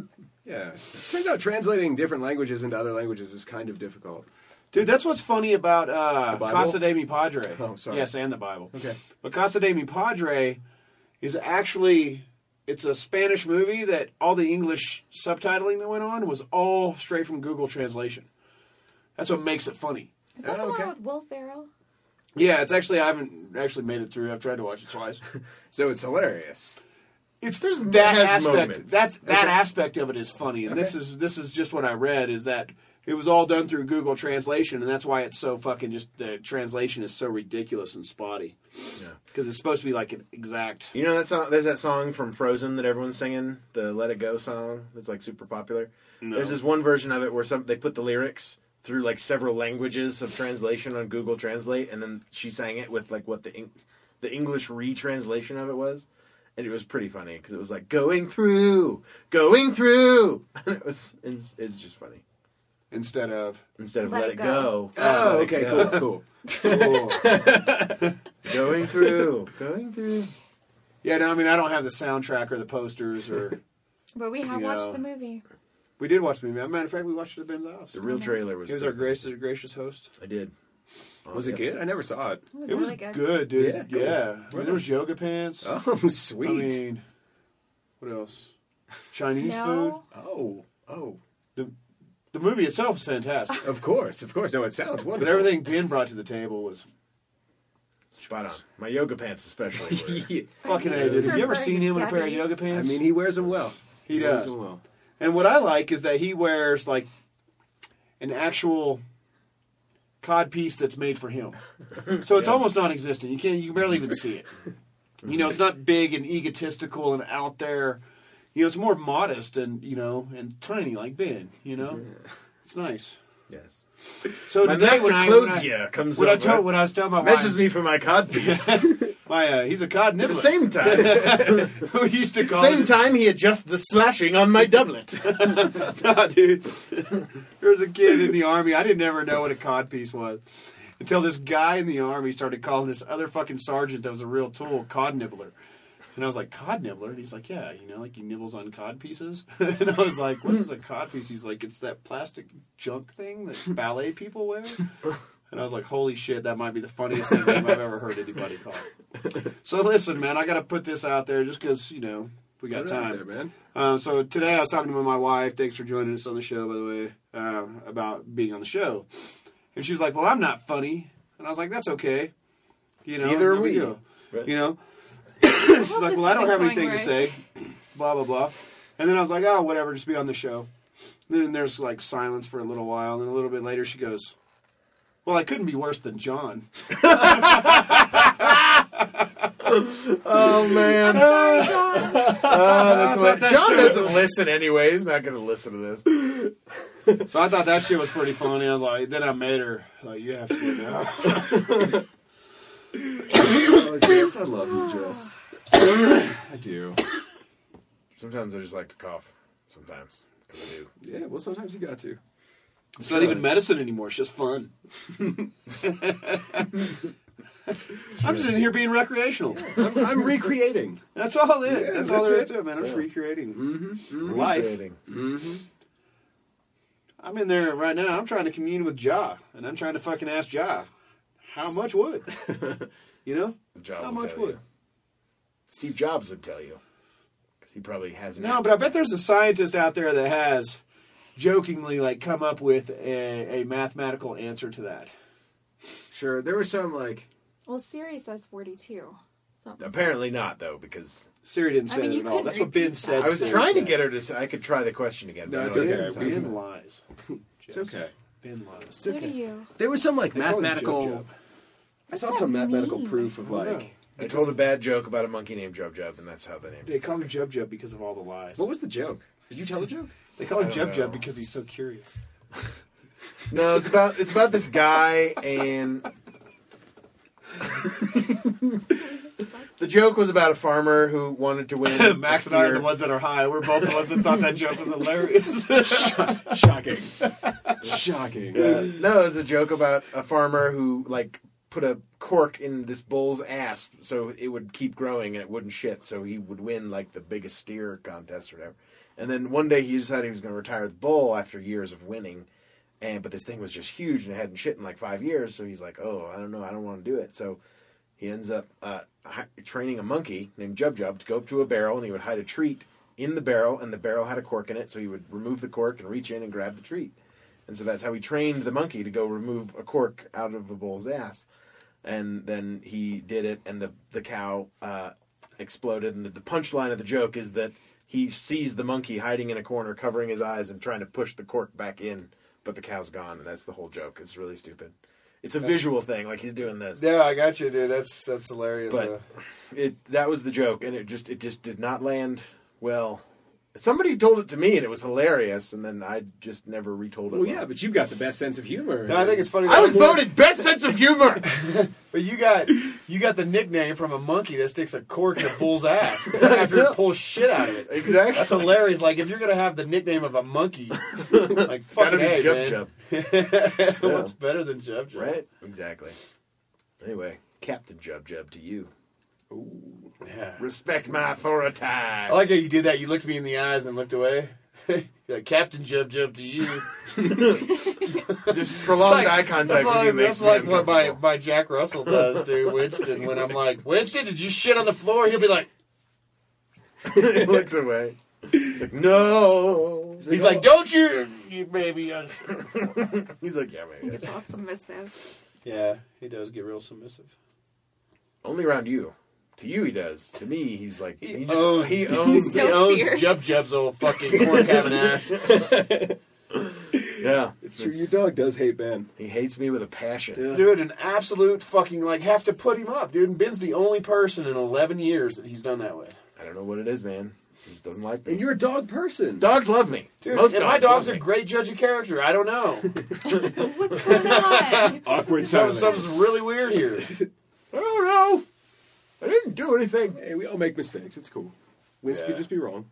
Speaker 5: Yeah. Turns out translating different languages into other languages is kind of difficult.
Speaker 2: Dude, that's what's funny about uh,
Speaker 5: Bible?
Speaker 2: Casa de Mi Padre.
Speaker 5: Oh, sorry.
Speaker 2: Yes, and the Bible.
Speaker 5: Okay.
Speaker 2: But Casa de Mi Padre is actually it's a Spanish movie that all the English subtitling that went on was all straight from Google translation. That's what makes it funny.
Speaker 4: Is that
Speaker 5: Oh,
Speaker 4: the
Speaker 5: okay.
Speaker 4: one with Will Ferrell?
Speaker 2: Yeah, it's actually I haven't actually made it through. I've tried to watch it twice.
Speaker 5: So it's hilarious.
Speaker 2: It's that
Speaker 3: has
Speaker 2: aspect.
Speaker 3: moments.
Speaker 2: That that aspect of it is funny, and this is this is just what I read is that it was all done through Google Translation, and that's why it's so fucking just the translation is so ridiculous and spotty. Yeah, because it's supposed to be like an exact.
Speaker 3: You know that song? There's that song from Frozen that everyone's singing, the "Let It Go" song. That's like super popular. There's this one version of it where some they put the lyrics through like several languages of translation on Google Translate, and then she sang it with like what the Eng- the English retranslation of it was, and it was pretty funny because it was like going through, going through, and it was it's, it's just funny.
Speaker 2: instead of
Speaker 3: Instead of
Speaker 4: Let
Speaker 3: let,
Speaker 4: It
Speaker 3: it
Speaker 4: Go.
Speaker 3: go,
Speaker 5: Oh,
Speaker 3: Let It
Speaker 5: okay,
Speaker 3: Go.
Speaker 5: cool, cool.
Speaker 3: going through, going through.
Speaker 2: yeah no i mean i don't have the soundtrack or the posters or
Speaker 4: But we have
Speaker 2: Yeah.
Speaker 4: watched the movie.
Speaker 2: we did watch the movie As a matter of fact we watched it at ben's house
Speaker 3: The real trailer was.
Speaker 2: he was our
Speaker 3: different.
Speaker 2: gracious gracious host
Speaker 3: I did.
Speaker 5: Was it good? I never saw it.
Speaker 4: It was,
Speaker 2: it was
Speaker 4: really good.
Speaker 2: good dude yeah,
Speaker 5: Yeah, cool.
Speaker 2: I mean, there was yoga pants
Speaker 5: Oh,
Speaker 2: i
Speaker 5: sweet.
Speaker 2: mean what else chinese food
Speaker 4: No.
Speaker 5: oh, oh.
Speaker 2: the movie itself is fantastic
Speaker 5: Of course, of course. No, it sounds
Speaker 2: but
Speaker 5: wonderful.
Speaker 2: everything ben brought to the table was
Speaker 3: Spot on. My yoga pants, especially. were-
Speaker 5: Yeah.
Speaker 2: fucking a dude have you ever seen him in a pair of
Speaker 4: Debbie.
Speaker 2: yoga
Speaker 5: I
Speaker 2: pants
Speaker 5: mean, he wears them well.
Speaker 2: He
Speaker 5: wears
Speaker 2: does.
Speaker 5: them well.
Speaker 2: And what I like is that he wears like an actual cod piece that's made for him. So it's almost non-existent. You can you can barely even see it. You know, it's not big and egotistical and out there. You know, it's more modest and you know and tiny like Ben. You know, it's nice.
Speaker 3: Yes.
Speaker 2: So
Speaker 3: My
Speaker 2: today
Speaker 3: master
Speaker 2: when I when I,
Speaker 3: Clothier comes
Speaker 2: when I
Speaker 3: over,
Speaker 2: told when I was telling my
Speaker 3: messes
Speaker 2: wife,
Speaker 3: me for my codpiece. At
Speaker 2: my uh, he's a cod
Speaker 3: the
Speaker 2: nibbler.
Speaker 3: same time,
Speaker 2: we used to call
Speaker 3: same
Speaker 2: him-
Speaker 3: time he adjusts the slashing on my doublet.
Speaker 2: Nah, dude. there was a kid in the army. I didn't ever know what a codpiece was until this guy in the army started calling this other fucking sergeant that was a real tool cod nibbler. And I was like, cod nibbler? And he's like, yeah, you know, like he nibbles on cod pieces. and I was like, what is a cod piece? He's like, it's that plastic junk thing that ballet people wear. And I was like, holy shit, that might be the funniest thing I've ever heard anybody call it. So listen, man, I got to put this out there just because, you know, we got
Speaker 5: Put it out
Speaker 2: time.
Speaker 5: there, man.
Speaker 2: Uh, so today I was talking to my wife. Thanks for joining us on the show, by the way, uh, about being on the show. And she was like, "Well, I'm not funny," and I was like, "That's okay." You know,
Speaker 3: Neither are
Speaker 2: no big
Speaker 3: we.
Speaker 2: deal.
Speaker 3: Right.
Speaker 2: You know,
Speaker 4: I
Speaker 2: she's
Speaker 4: hope
Speaker 2: like,
Speaker 4: this
Speaker 2: "Well, I don't
Speaker 4: isn't
Speaker 2: have
Speaker 4: going
Speaker 2: anything to
Speaker 4: right.
Speaker 2: say." Blah blah blah. And then I was like, "Oh, whatever, just be on the show." And then there's like silence for a little while, and then a little bit later she goes, "Well, I couldn't be worse than John."
Speaker 3: Oh man,
Speaker 4: Sorry, John.
Speaker 3: that's hilarious. John doesn't listen anyway. He's not going to listen to this.
Speaker 2: So I thought that shit was pretty funny. I was like, then I made her like, "You have to go now."
Speaker 5: Oh, Jess, I love you, Jess. I do.
Speaker 3: Sometimes I just like to cough. Sometimes 'Cause I do.
Speaker 5: Yeah, well, sometimes you got to.
Speaker 2: It's not even medicine anymore. It's just fun. I'm just in here being recreational.
Speaker 5: I'm, I'm recreating.
Speaker 2: That's all it is. that's, all
Speaker 5: that's
Speaker 2: there is
Speaker 5: it.
Speaker 2: to it, man. I'm just recreating life. I'm in there right now. I'm trying to commune with Ja, and I'm trying to fucking ask Ja, how much wood? you know,
Speaker 3: Job
Speaker 2: how
Speaker 3: would
Speaker 2: much
Speaker 3: tell you.
Speaker 2: wood?
Speaker 3: Steve Jobs would tell you. Because he probably has an
Speaker 2: No, but I bet there's a scientist out there that has jokingly like come up with a, a mathematical answer to that.
Speaker 5: Sure, there was some like
Speaker 4: Well, Siri says 42. So
Speaker 3: Apparently not, though, because
Speaker 2: Siri didn't
Speaker 4: I
Speaker 2: say
Speaker 4: mean,
Speaker 2: it
Speaker 4: you
Speaker 2: at all.
Speaker 4: couldn't
Speaker 2: That's what
Speaker 4: repeat
Speaker 2: Ben
Speaker 4: that.
Speaker 2: said.
Speaker 3: I was
Speaker 2: Siri
Speaker 3: trying to
Speaker 2: said.
Speaker 3: get her to say, I could try the question again.
Speaker 5: No,
Speaker 3: but
Speaker 5: it's
Speaker 3: I don't
Speaker 5: okay.
Speaker 3: think
Speaker 5: We
Speaker 2: Ben
Speaker 5: can-
Speaker 2: lies.
Speaker 5: it's okay.
Speaker 2: Ben lies.
Speaker 5: It's
Speaker 4: what are
Speaker 5: okay.
Speaker 4: you?
Speaker 5: There was some like
Speaker 2: They call him
Speaker 5: mathematical.
Speaker 2: Job Job.
Speaker 5: I saw
Speaker 4: What's
Speaker 5: some
Speaker 4: that
Speaker 5: mathematical
Speaker 4: mean?
Speaker 5: proof of
Speaker 2: I don't
Speaker 5: like
Speaker 2: know.
Speaker 3: I told a bad joke about a monkey named Jub Jub, and that's how the name
Speaker 2: They call him Jub Jub because of all the lies.
Speaker 5: what was the joke? Did you tell the joke?
Speaker 2: They call him
Speaker 3: I don't
Speaker 2: Jub
Speaker 3: know.
Speaker 2: Jub because he's so curious.
Speaker 3: No, it's about it's about this guy and the joke was about a farmer who wanted to win. a
Speaker 2: Max and I are
Speaker 3: steer.
Speaker 2: the ones that are high. We're both the ones that thought that joke was hilarious.
Speaker 5: Shocking. Shocking.
Speaker 3: Uh, no, it was a joke about a farmer who like put a cork in this bull's ass so it would keep growing and it wouldn't shit. So he would win like the biggest steer contest or whatever. And then one day he decided he was going to retire the bull after years of winning. And but this thing was just huge and it hadn't shit in like five years. So he's like, oh, I don't know, I don't want to do it. So he ends up uh, hi- training a monkey named Jub Jub to go up to a barrel and he would hide a treat in the barrel and the barrel had a cork in it so he would remove the cork and reach in and grab the treat and so that's how he trained the monkey to go remove a cork out of the bull's ass and then he did it and the, the cow uh, exploded and the, the punchline of the joke is that he sees the monkey hiding in a corner covering his eyes and trying to push the cork back in but the cow's gone and that's the whole joke it's really stupid it's a visual thing like he's doing this
Speaker 2: no, I got you, dude. That's that's hilarious.
Speaker 3: But-
Speaker 2: though.
Speaker 3: it that was the joke and it just it just did not land well somebody told it to me and it was hilarious and then i just never retold it
Speaker 5: Well,
Speaker 3: well.
Speaker 5: yeah, but you've got the best sense of humor.
Speaker 2: No, I think it's funny.
Speaker 3: i
Speaker 2: that
Speaker 3: was
Speaker 2: you-
Speaker 3: voted best sense of humor
Speaker 2: But you got you got the nickname from a monkey that sticks a cork in a bull's ass after it pulls shit out of it.
Speaker 3: exactly
Speaker 2: That's hilarious. Like if you're gonna have the nickname of a monkey, like
Speaker 3: gotta
Speaker 2: fucking
Speaker 3: be
Speaker 2: a, man.
Speaker 3: jub
Speaker 2: What's better than Jub Jub?
Speaker 3: right exactly anyway captain jub jub to you
Speaker 2: Yeah.
Speaker 3: respect my authority
Speaker 2: I like how you did that. You looked me in the eyes and looked away. You're like, Captain Jub Jub to you.
Speaker 3: just prolonged eye contact
Speaker 2: That's
Speaker 3: with you
Speaker 2: like,
Speaker 3: makes
Speaker 2: that's
Speaker 3: me
Speaker 2: like what my,
Speaker 3: uncomfortable.
Speaker 2: my Jack Russell does to Winston when I'm like, Winston, did you shit on the floor? He'll be like,
Speaker 3: He looks away it's like no
Speaker 2: he's like, don't you, you baby. I shit."
Speaker 3: he's like yeah
Speaker 4: I think
Speaker 3: maybe
Speaker 4: it's all submissive.
Speaker 2: Yeah, he does get real submissive.
Speaker 3: only around you to you he does to me he's like he, just
Speaker 2: owns-
Speaker 3: he owns
Speaker 2: he
Speaker 4: So
Speaker 2: owns
Speaker 4: fierce.
Speaker 2: Jub Jub's old fucking corn cabin ass.
Speaker 3: yeah
Speaker 5: It's true. Your dog does hate Ben.
Speaker 3: He hates me with a passion.
Speaker 2: Dude, an absolute fucking, like, have to put him up, dude. And Ben's the only person in 11 years that he's done that with.
Speaker 3: I don't know what it is, man. He just doesn't like me.
Speaker 5: And you're a dog person.
Speaker 3: dogs love me.
Speaker 2: Dude,
Speaker 3: Most
Speaker 2: and my dog's
Speaker 3: love
Speaker 2: a
Speaker 3: me.
Speaker 2: great judge of character. I don't know.
Speaker 4: What's going on?
Speaker 5: Awkward
Speaker 2: So,
Speaker 5: silence.
Speaker 2: something's really weird here.
Speaker 3: I don't know. I didn't do anything.
Speaker 5: Hey, we all make mistakes. It's cool. Winston
Speaker 2: Yeah.
Speaker 5: could just be wrong.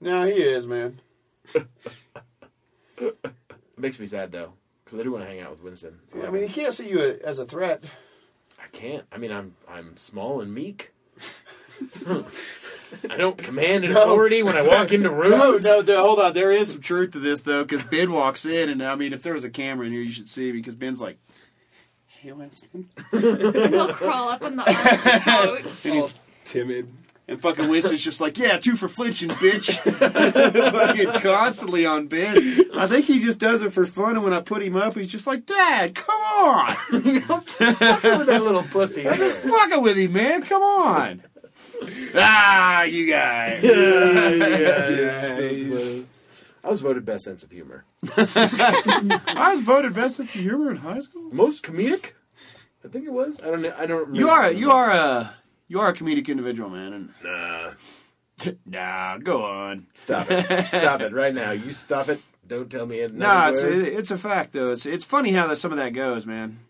Speaker 2: No, he is, man.
Speaker 3: It makes me sad though, because I do want to hang out with Winston.
Speaker 2: I mean, he can't see you a- as a threat.
Speaker 3: I can't. I mean, I'm I'm small and meek. I don't command an authority when I walk into
Speaker 9: No,
Speaker 3: rooms.
Speaker 9: no, no, hold on. There is some truth to this though, because Ben walks in, and I mean, if there was a camera in here, you should see because Ben's like, "Hey, Winston,"
Speaker 4: And he'll crawl up on the arm of the couch.
Speaker 5: All timid.
Speaker 9: and fucking Winston's just like, "Yeah, two for flinching, bitch." fucking constantly on Ben. I think he just does it for fun, and when I put him up, he's just like, "Dad, come on,
Speaker 3: with that little pussy.
Speaker 9: just fucking with him, man. Come on." ah, you guys.
Speaker 3: I was voted best sense of humor.
Speaker 9: I was voted best sense of humor in high school.
Speaker 3: Most comedic. I think it was. I don't know. I don't.
Speaker 9: You
Speaker 3: really
Speaker 9: are a- you
Speaker 3: remember.
Speaker 9: are a you are a comedic individual, man. And nah, nah, go on.
Speaker 3: Stop it. Stop it right now. You stop it. Don't tell me another
Speaker 9: Nah, it's
Speaker 3: word.
Speaker 9: a, it's a fact though. It's it's funny how that some of that goes, man.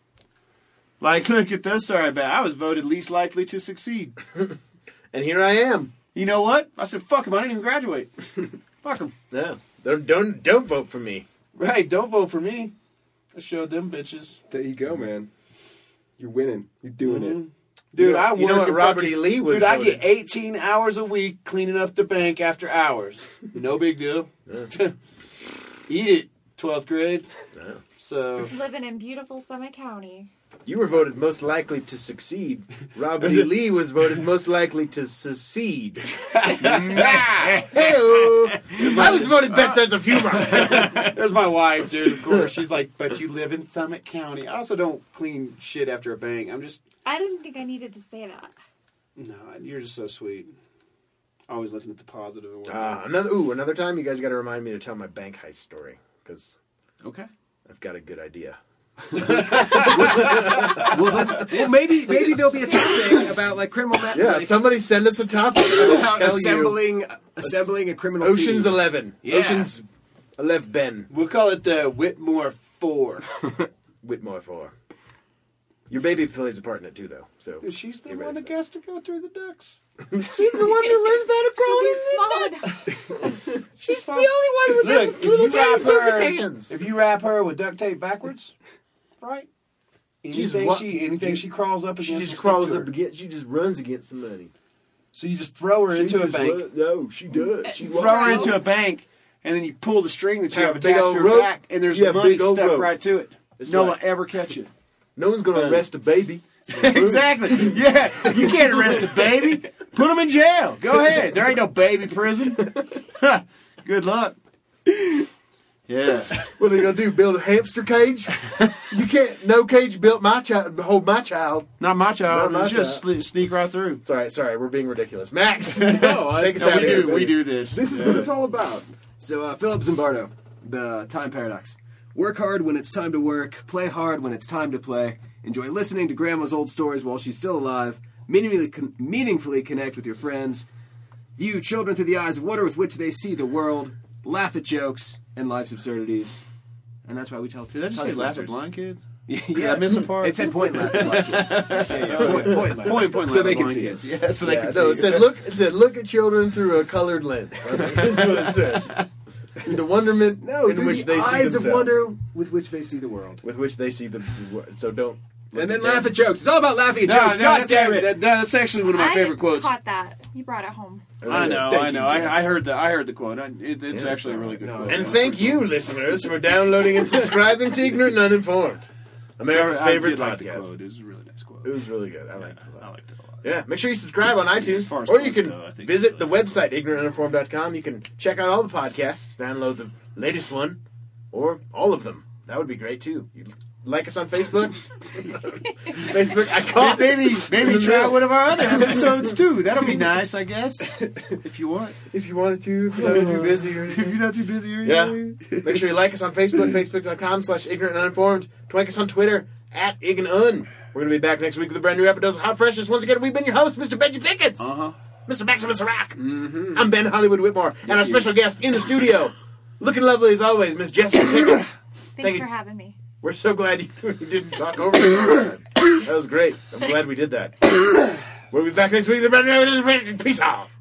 Speaker 9: Like, look at this. Sorry, man. I was voted least likely to succeed.
Speaker 3: And here I am.
Speaker 9: You know what? I said, fuck him. I didn't even graduate. fuck him.
Speaker 3: Yeah. Don't don't don't vote for me.
Speaker 2: Right, don't vote for me. I showed them bitches.
Speaker 5: There you go, man. You're winning. You're doing it.
Speaker 3: Mm-hmm.
Speaker 9: Dude,
Speaker 2: I
Speaker 3: You know
Speaker 2: work
Speaker 3: what
Speaker 2: a
Speaker 3: Robert
Speaker 2: fucking-
Speaker 3: E. Lee was
Speaker 2: Dude, I
Speaker 3: doing?
Speaker 2: get 18 hours a week cleaning up the bank after hours. No big deal. Eat it, 12th grade. So,
Speaker 4: Living in beautiful Summit County.
Speaker 3: You were voted most likely to succeed. Robert E. Lee was voted most likely to secede. Hey-o. I was voted best sense of humor.
Speaker 2: there's my wife, dude, of course. She's like, but you live in Summit County. I also don't clean shit after a bank. I'm just,
Speaker 4: I didn't think I needed to say that.
Speaker 2: no, you're just so sweet. Always looking at the positive. and whatnot.
Speaker 3: Uh, another ooh, another time you guys got to remind me to tell my bank heist story because
Speaker 5: Okay.
Speaker 3: I've got a good idea.
Speaker 5: Well, but, well, maybe maybe there'll be a topic about like criminal. ma-
Speaker 3: Yeah,
Speaker 5: like,
Speaker 3: somebody send us a topic. I will
Speaker 5: about
Speaker 3: tell you.
Speaker 5: assembling assembling a criminal.
Speaker 3: Ocean's
Speaker 5: team.
Speaker 3: Eleven.
Speaker 5: Yeah.
Speaker 3: Ocean's Eleven. Ben
Speaker 2: We'll call it the Whitmore 4.
Speaker 3: Whitmore for. Your baby plays a part in it too, though. So
Speaker 2: She's the
Speaker 3: Get ready
Speaker 2: one
Speaker 3: for
Speaker 2: that gets to go through the ducks.
Speaker 3: she's the one who learns how to
Speaker 2: She's the
Speaker 3: only one
Speaker 2: Look, if you wrap her,
Speaker 3: hands.
Speaker 2: if you wrap her with duct tape backwards, right?
Speaker 3: She's
Speaker 2: Anything
Speaker 3: what-
Speaker 2: she, anything she crawls up against,
Speaker 3: She
Speaker 2: will
Speaker 3: just
Speaker 2: stick
Speaker 3: crawls
Speaker 2: to her.
Speaker 3: up against. She just runs against somebody.
Speaker 2: So you just throw her
Speaker 3: She
Speaker 2: into a
Speaker 3: just
Speaker 2: bank,
Speaker 3: run- no, she does. She
Speaker 2: throw
Speaker 3: walks
Speaker 2: her into a bank, and then you pull the string that you
Speaker 3: Have
Speaker 2: have
Speaker 3: a big
Speaker 2: attached to
Speaker 3: old
Speaker 2: her
Speaker 3: rope.
Speaker 2: back, and there's
Speaker 3: Yeah,
Speaker 2: money
Speaker 3: big old
Speaker 2: stuck
Speaker 3: rope.
Speaker 2: right to it.
Speaker 3: It's
Speaker 2: no one
Speaker 3: like-
Speaker 2: will ever catch you.
Speaker 3: No one's gonna arrest a baby.
Speaker 2: exactly. Yeah, you can't arrest a baby. Put him in jail. Go ahead. There ain't no baby prison. Good luck. Yeah.
Speaker 3: What are they gonna do? Build a hamster cage? you can't. No cage built my child. Hold my child.
Speaker 2: Not my child.
Speaker 3: Not my
Speaker 2: It's just sle- sneak right through.
Speaker 3: Sorry, sorry. We're being ridiculous. Max,
Speaker 5: No, I-
Speaker 3: take us
Speaker 5: no,
Speaker 3: out
Speaker 2: we
Speaker 3: of here.
Speaker 2: do. We do this.
Speaker 5: This is what it's all about. So, uh, Philip Zimbardo, The Time Paradox. Work hard when it's time to work, play hard when it's time to play. Enjoy listening to Grandma's old stories while she's still alive. Meaningfully, con- meaningfully connect with your friends. View children through the eyes of wonder with which they see the world. Laugh at jokes and life's absurdities. And that's why we tell
Speaker 9: Did I just
Speaker 5: tell
Speaker 9: say
Speaker 5: your
Speaker 9: laugh at
Speaker 5: listeners.
Speaker 9: blind kid?
Speaker 5: yeah,
Speaker 9: I miss a part?
Speaker 5: It said point laugh at blind kids. Yeah, yeah, point, point, laugh.
Speaker 9: Point, point,
Speaker 5: So
Speaker 9: laugh
Speaker 5: they
Speaker 9: at
Speaker 5: can
Speaker 9: blind
Speaker 5: see it.
Speaker 9: kids. Yeah, so they
Speaker 3: Yeah,
Speaker 9: can
Speaker 3: no, it
Speaker 9: see. it.
Speaker 3: said look. It said look at children through a colored lens. That's what it said. The wonderment
Speaker 5: No,
Speaker 3: in
Speaker 5: through
Speaker 3: which
Speaker 5: the
Speaker 3: they see
Speaker 5: eyes of
Speaker 3: themselves.
Speaker 5: wonder with which they see the world.
Speaker 3: with which they see the. So don't.
Speaker 5: And then laugh at jokes. It's all about laughing at jokes. God
Speaker 2: that's,
Speaker 5: damn it.
Speaker 2: That, that's actually one of my
Speaker 4: I
Speaker 2: favorite quotes.
Speaker 4: caught that. You brought it home.
Speaker 9: I know,
Speaker 5: Thank
Speaker 9: I
Speaker 5: you,
Speaker 9: know.
Speaker 5: Jess.
Speaker 9: I, I heard the I heard the quote. I, it, it's
Speaker 3: Yeah,
Speaker 9: actually a really good
Speaker 5: No,
Speaker 9: quote.
Speaker 5: it's-
Speaker 3: And thank you, listeners, for downloading and subscribing to Ignorant and Uninformed, America's
Speaker 9: I did
Speaker 3: favorite
Speaker 9: like the
Speaker 3: podcast.
Speaker 9: quote. It was a really nice quote.
Speaker 3: It was really good. I liked it a lot.
Speaker 9: I liked it a lot.
Speaker 3: Yeah, make sure you subscribe on iTunes,
Speaker 9: as far as
Speaker 3: or you
Speaker 9: quotes
Speaker 3: can
Speaker 9: go, I think
Speaker 3: visit
Speaker 9: it's
Speaker 3: the
Speaker 9: really
Speaker 3: website ignorantinformed.com. You can check out all the podcasts, download the latest one, or all of them. That would be great too. You like us on Facebook. Facebook, I caught
Speaker 9: Maybe maybe
Speaker 3: In the
Speaker 9: try
Speaker 3: middle.
Speaker 9: one of our other episodes too. That'll be nice, I guess, if you want.
Speaker 3: If you wanted to, if you're not too busy or
Speaker 9: If
Speaker 3: anything.
Speaker 9: you're not too busy or
Speaker 3: Yeah.
Speaker 9: anything.
Speaker 3: Make sure you like us on Facebook, facebook.com slash ignorant and uninformed. Twink us on Twitter, at Ig and Un. We're going to be back next week with a brand new episode of Hot Freshness. Once again, we've been your host, Mr. Benji Pickens. Uh-huh. Mr. Maximus Rock. Mm-hmm. I'm Ben Hollywood Whitmore. and our special guest in the studio, looking lovely as always, Miss Jessica Pickens.
Speaker 4: Thanks
Speaker 3: Thank
Speaker 4: for
Speaker 3: you.
Speaker 4: having me.
Speaker 3: We're so glad you you didn't talk over us. that was great. I'm glad we did that. we'll be back next week with a brand new episode. of Hot Freshness. Peace out.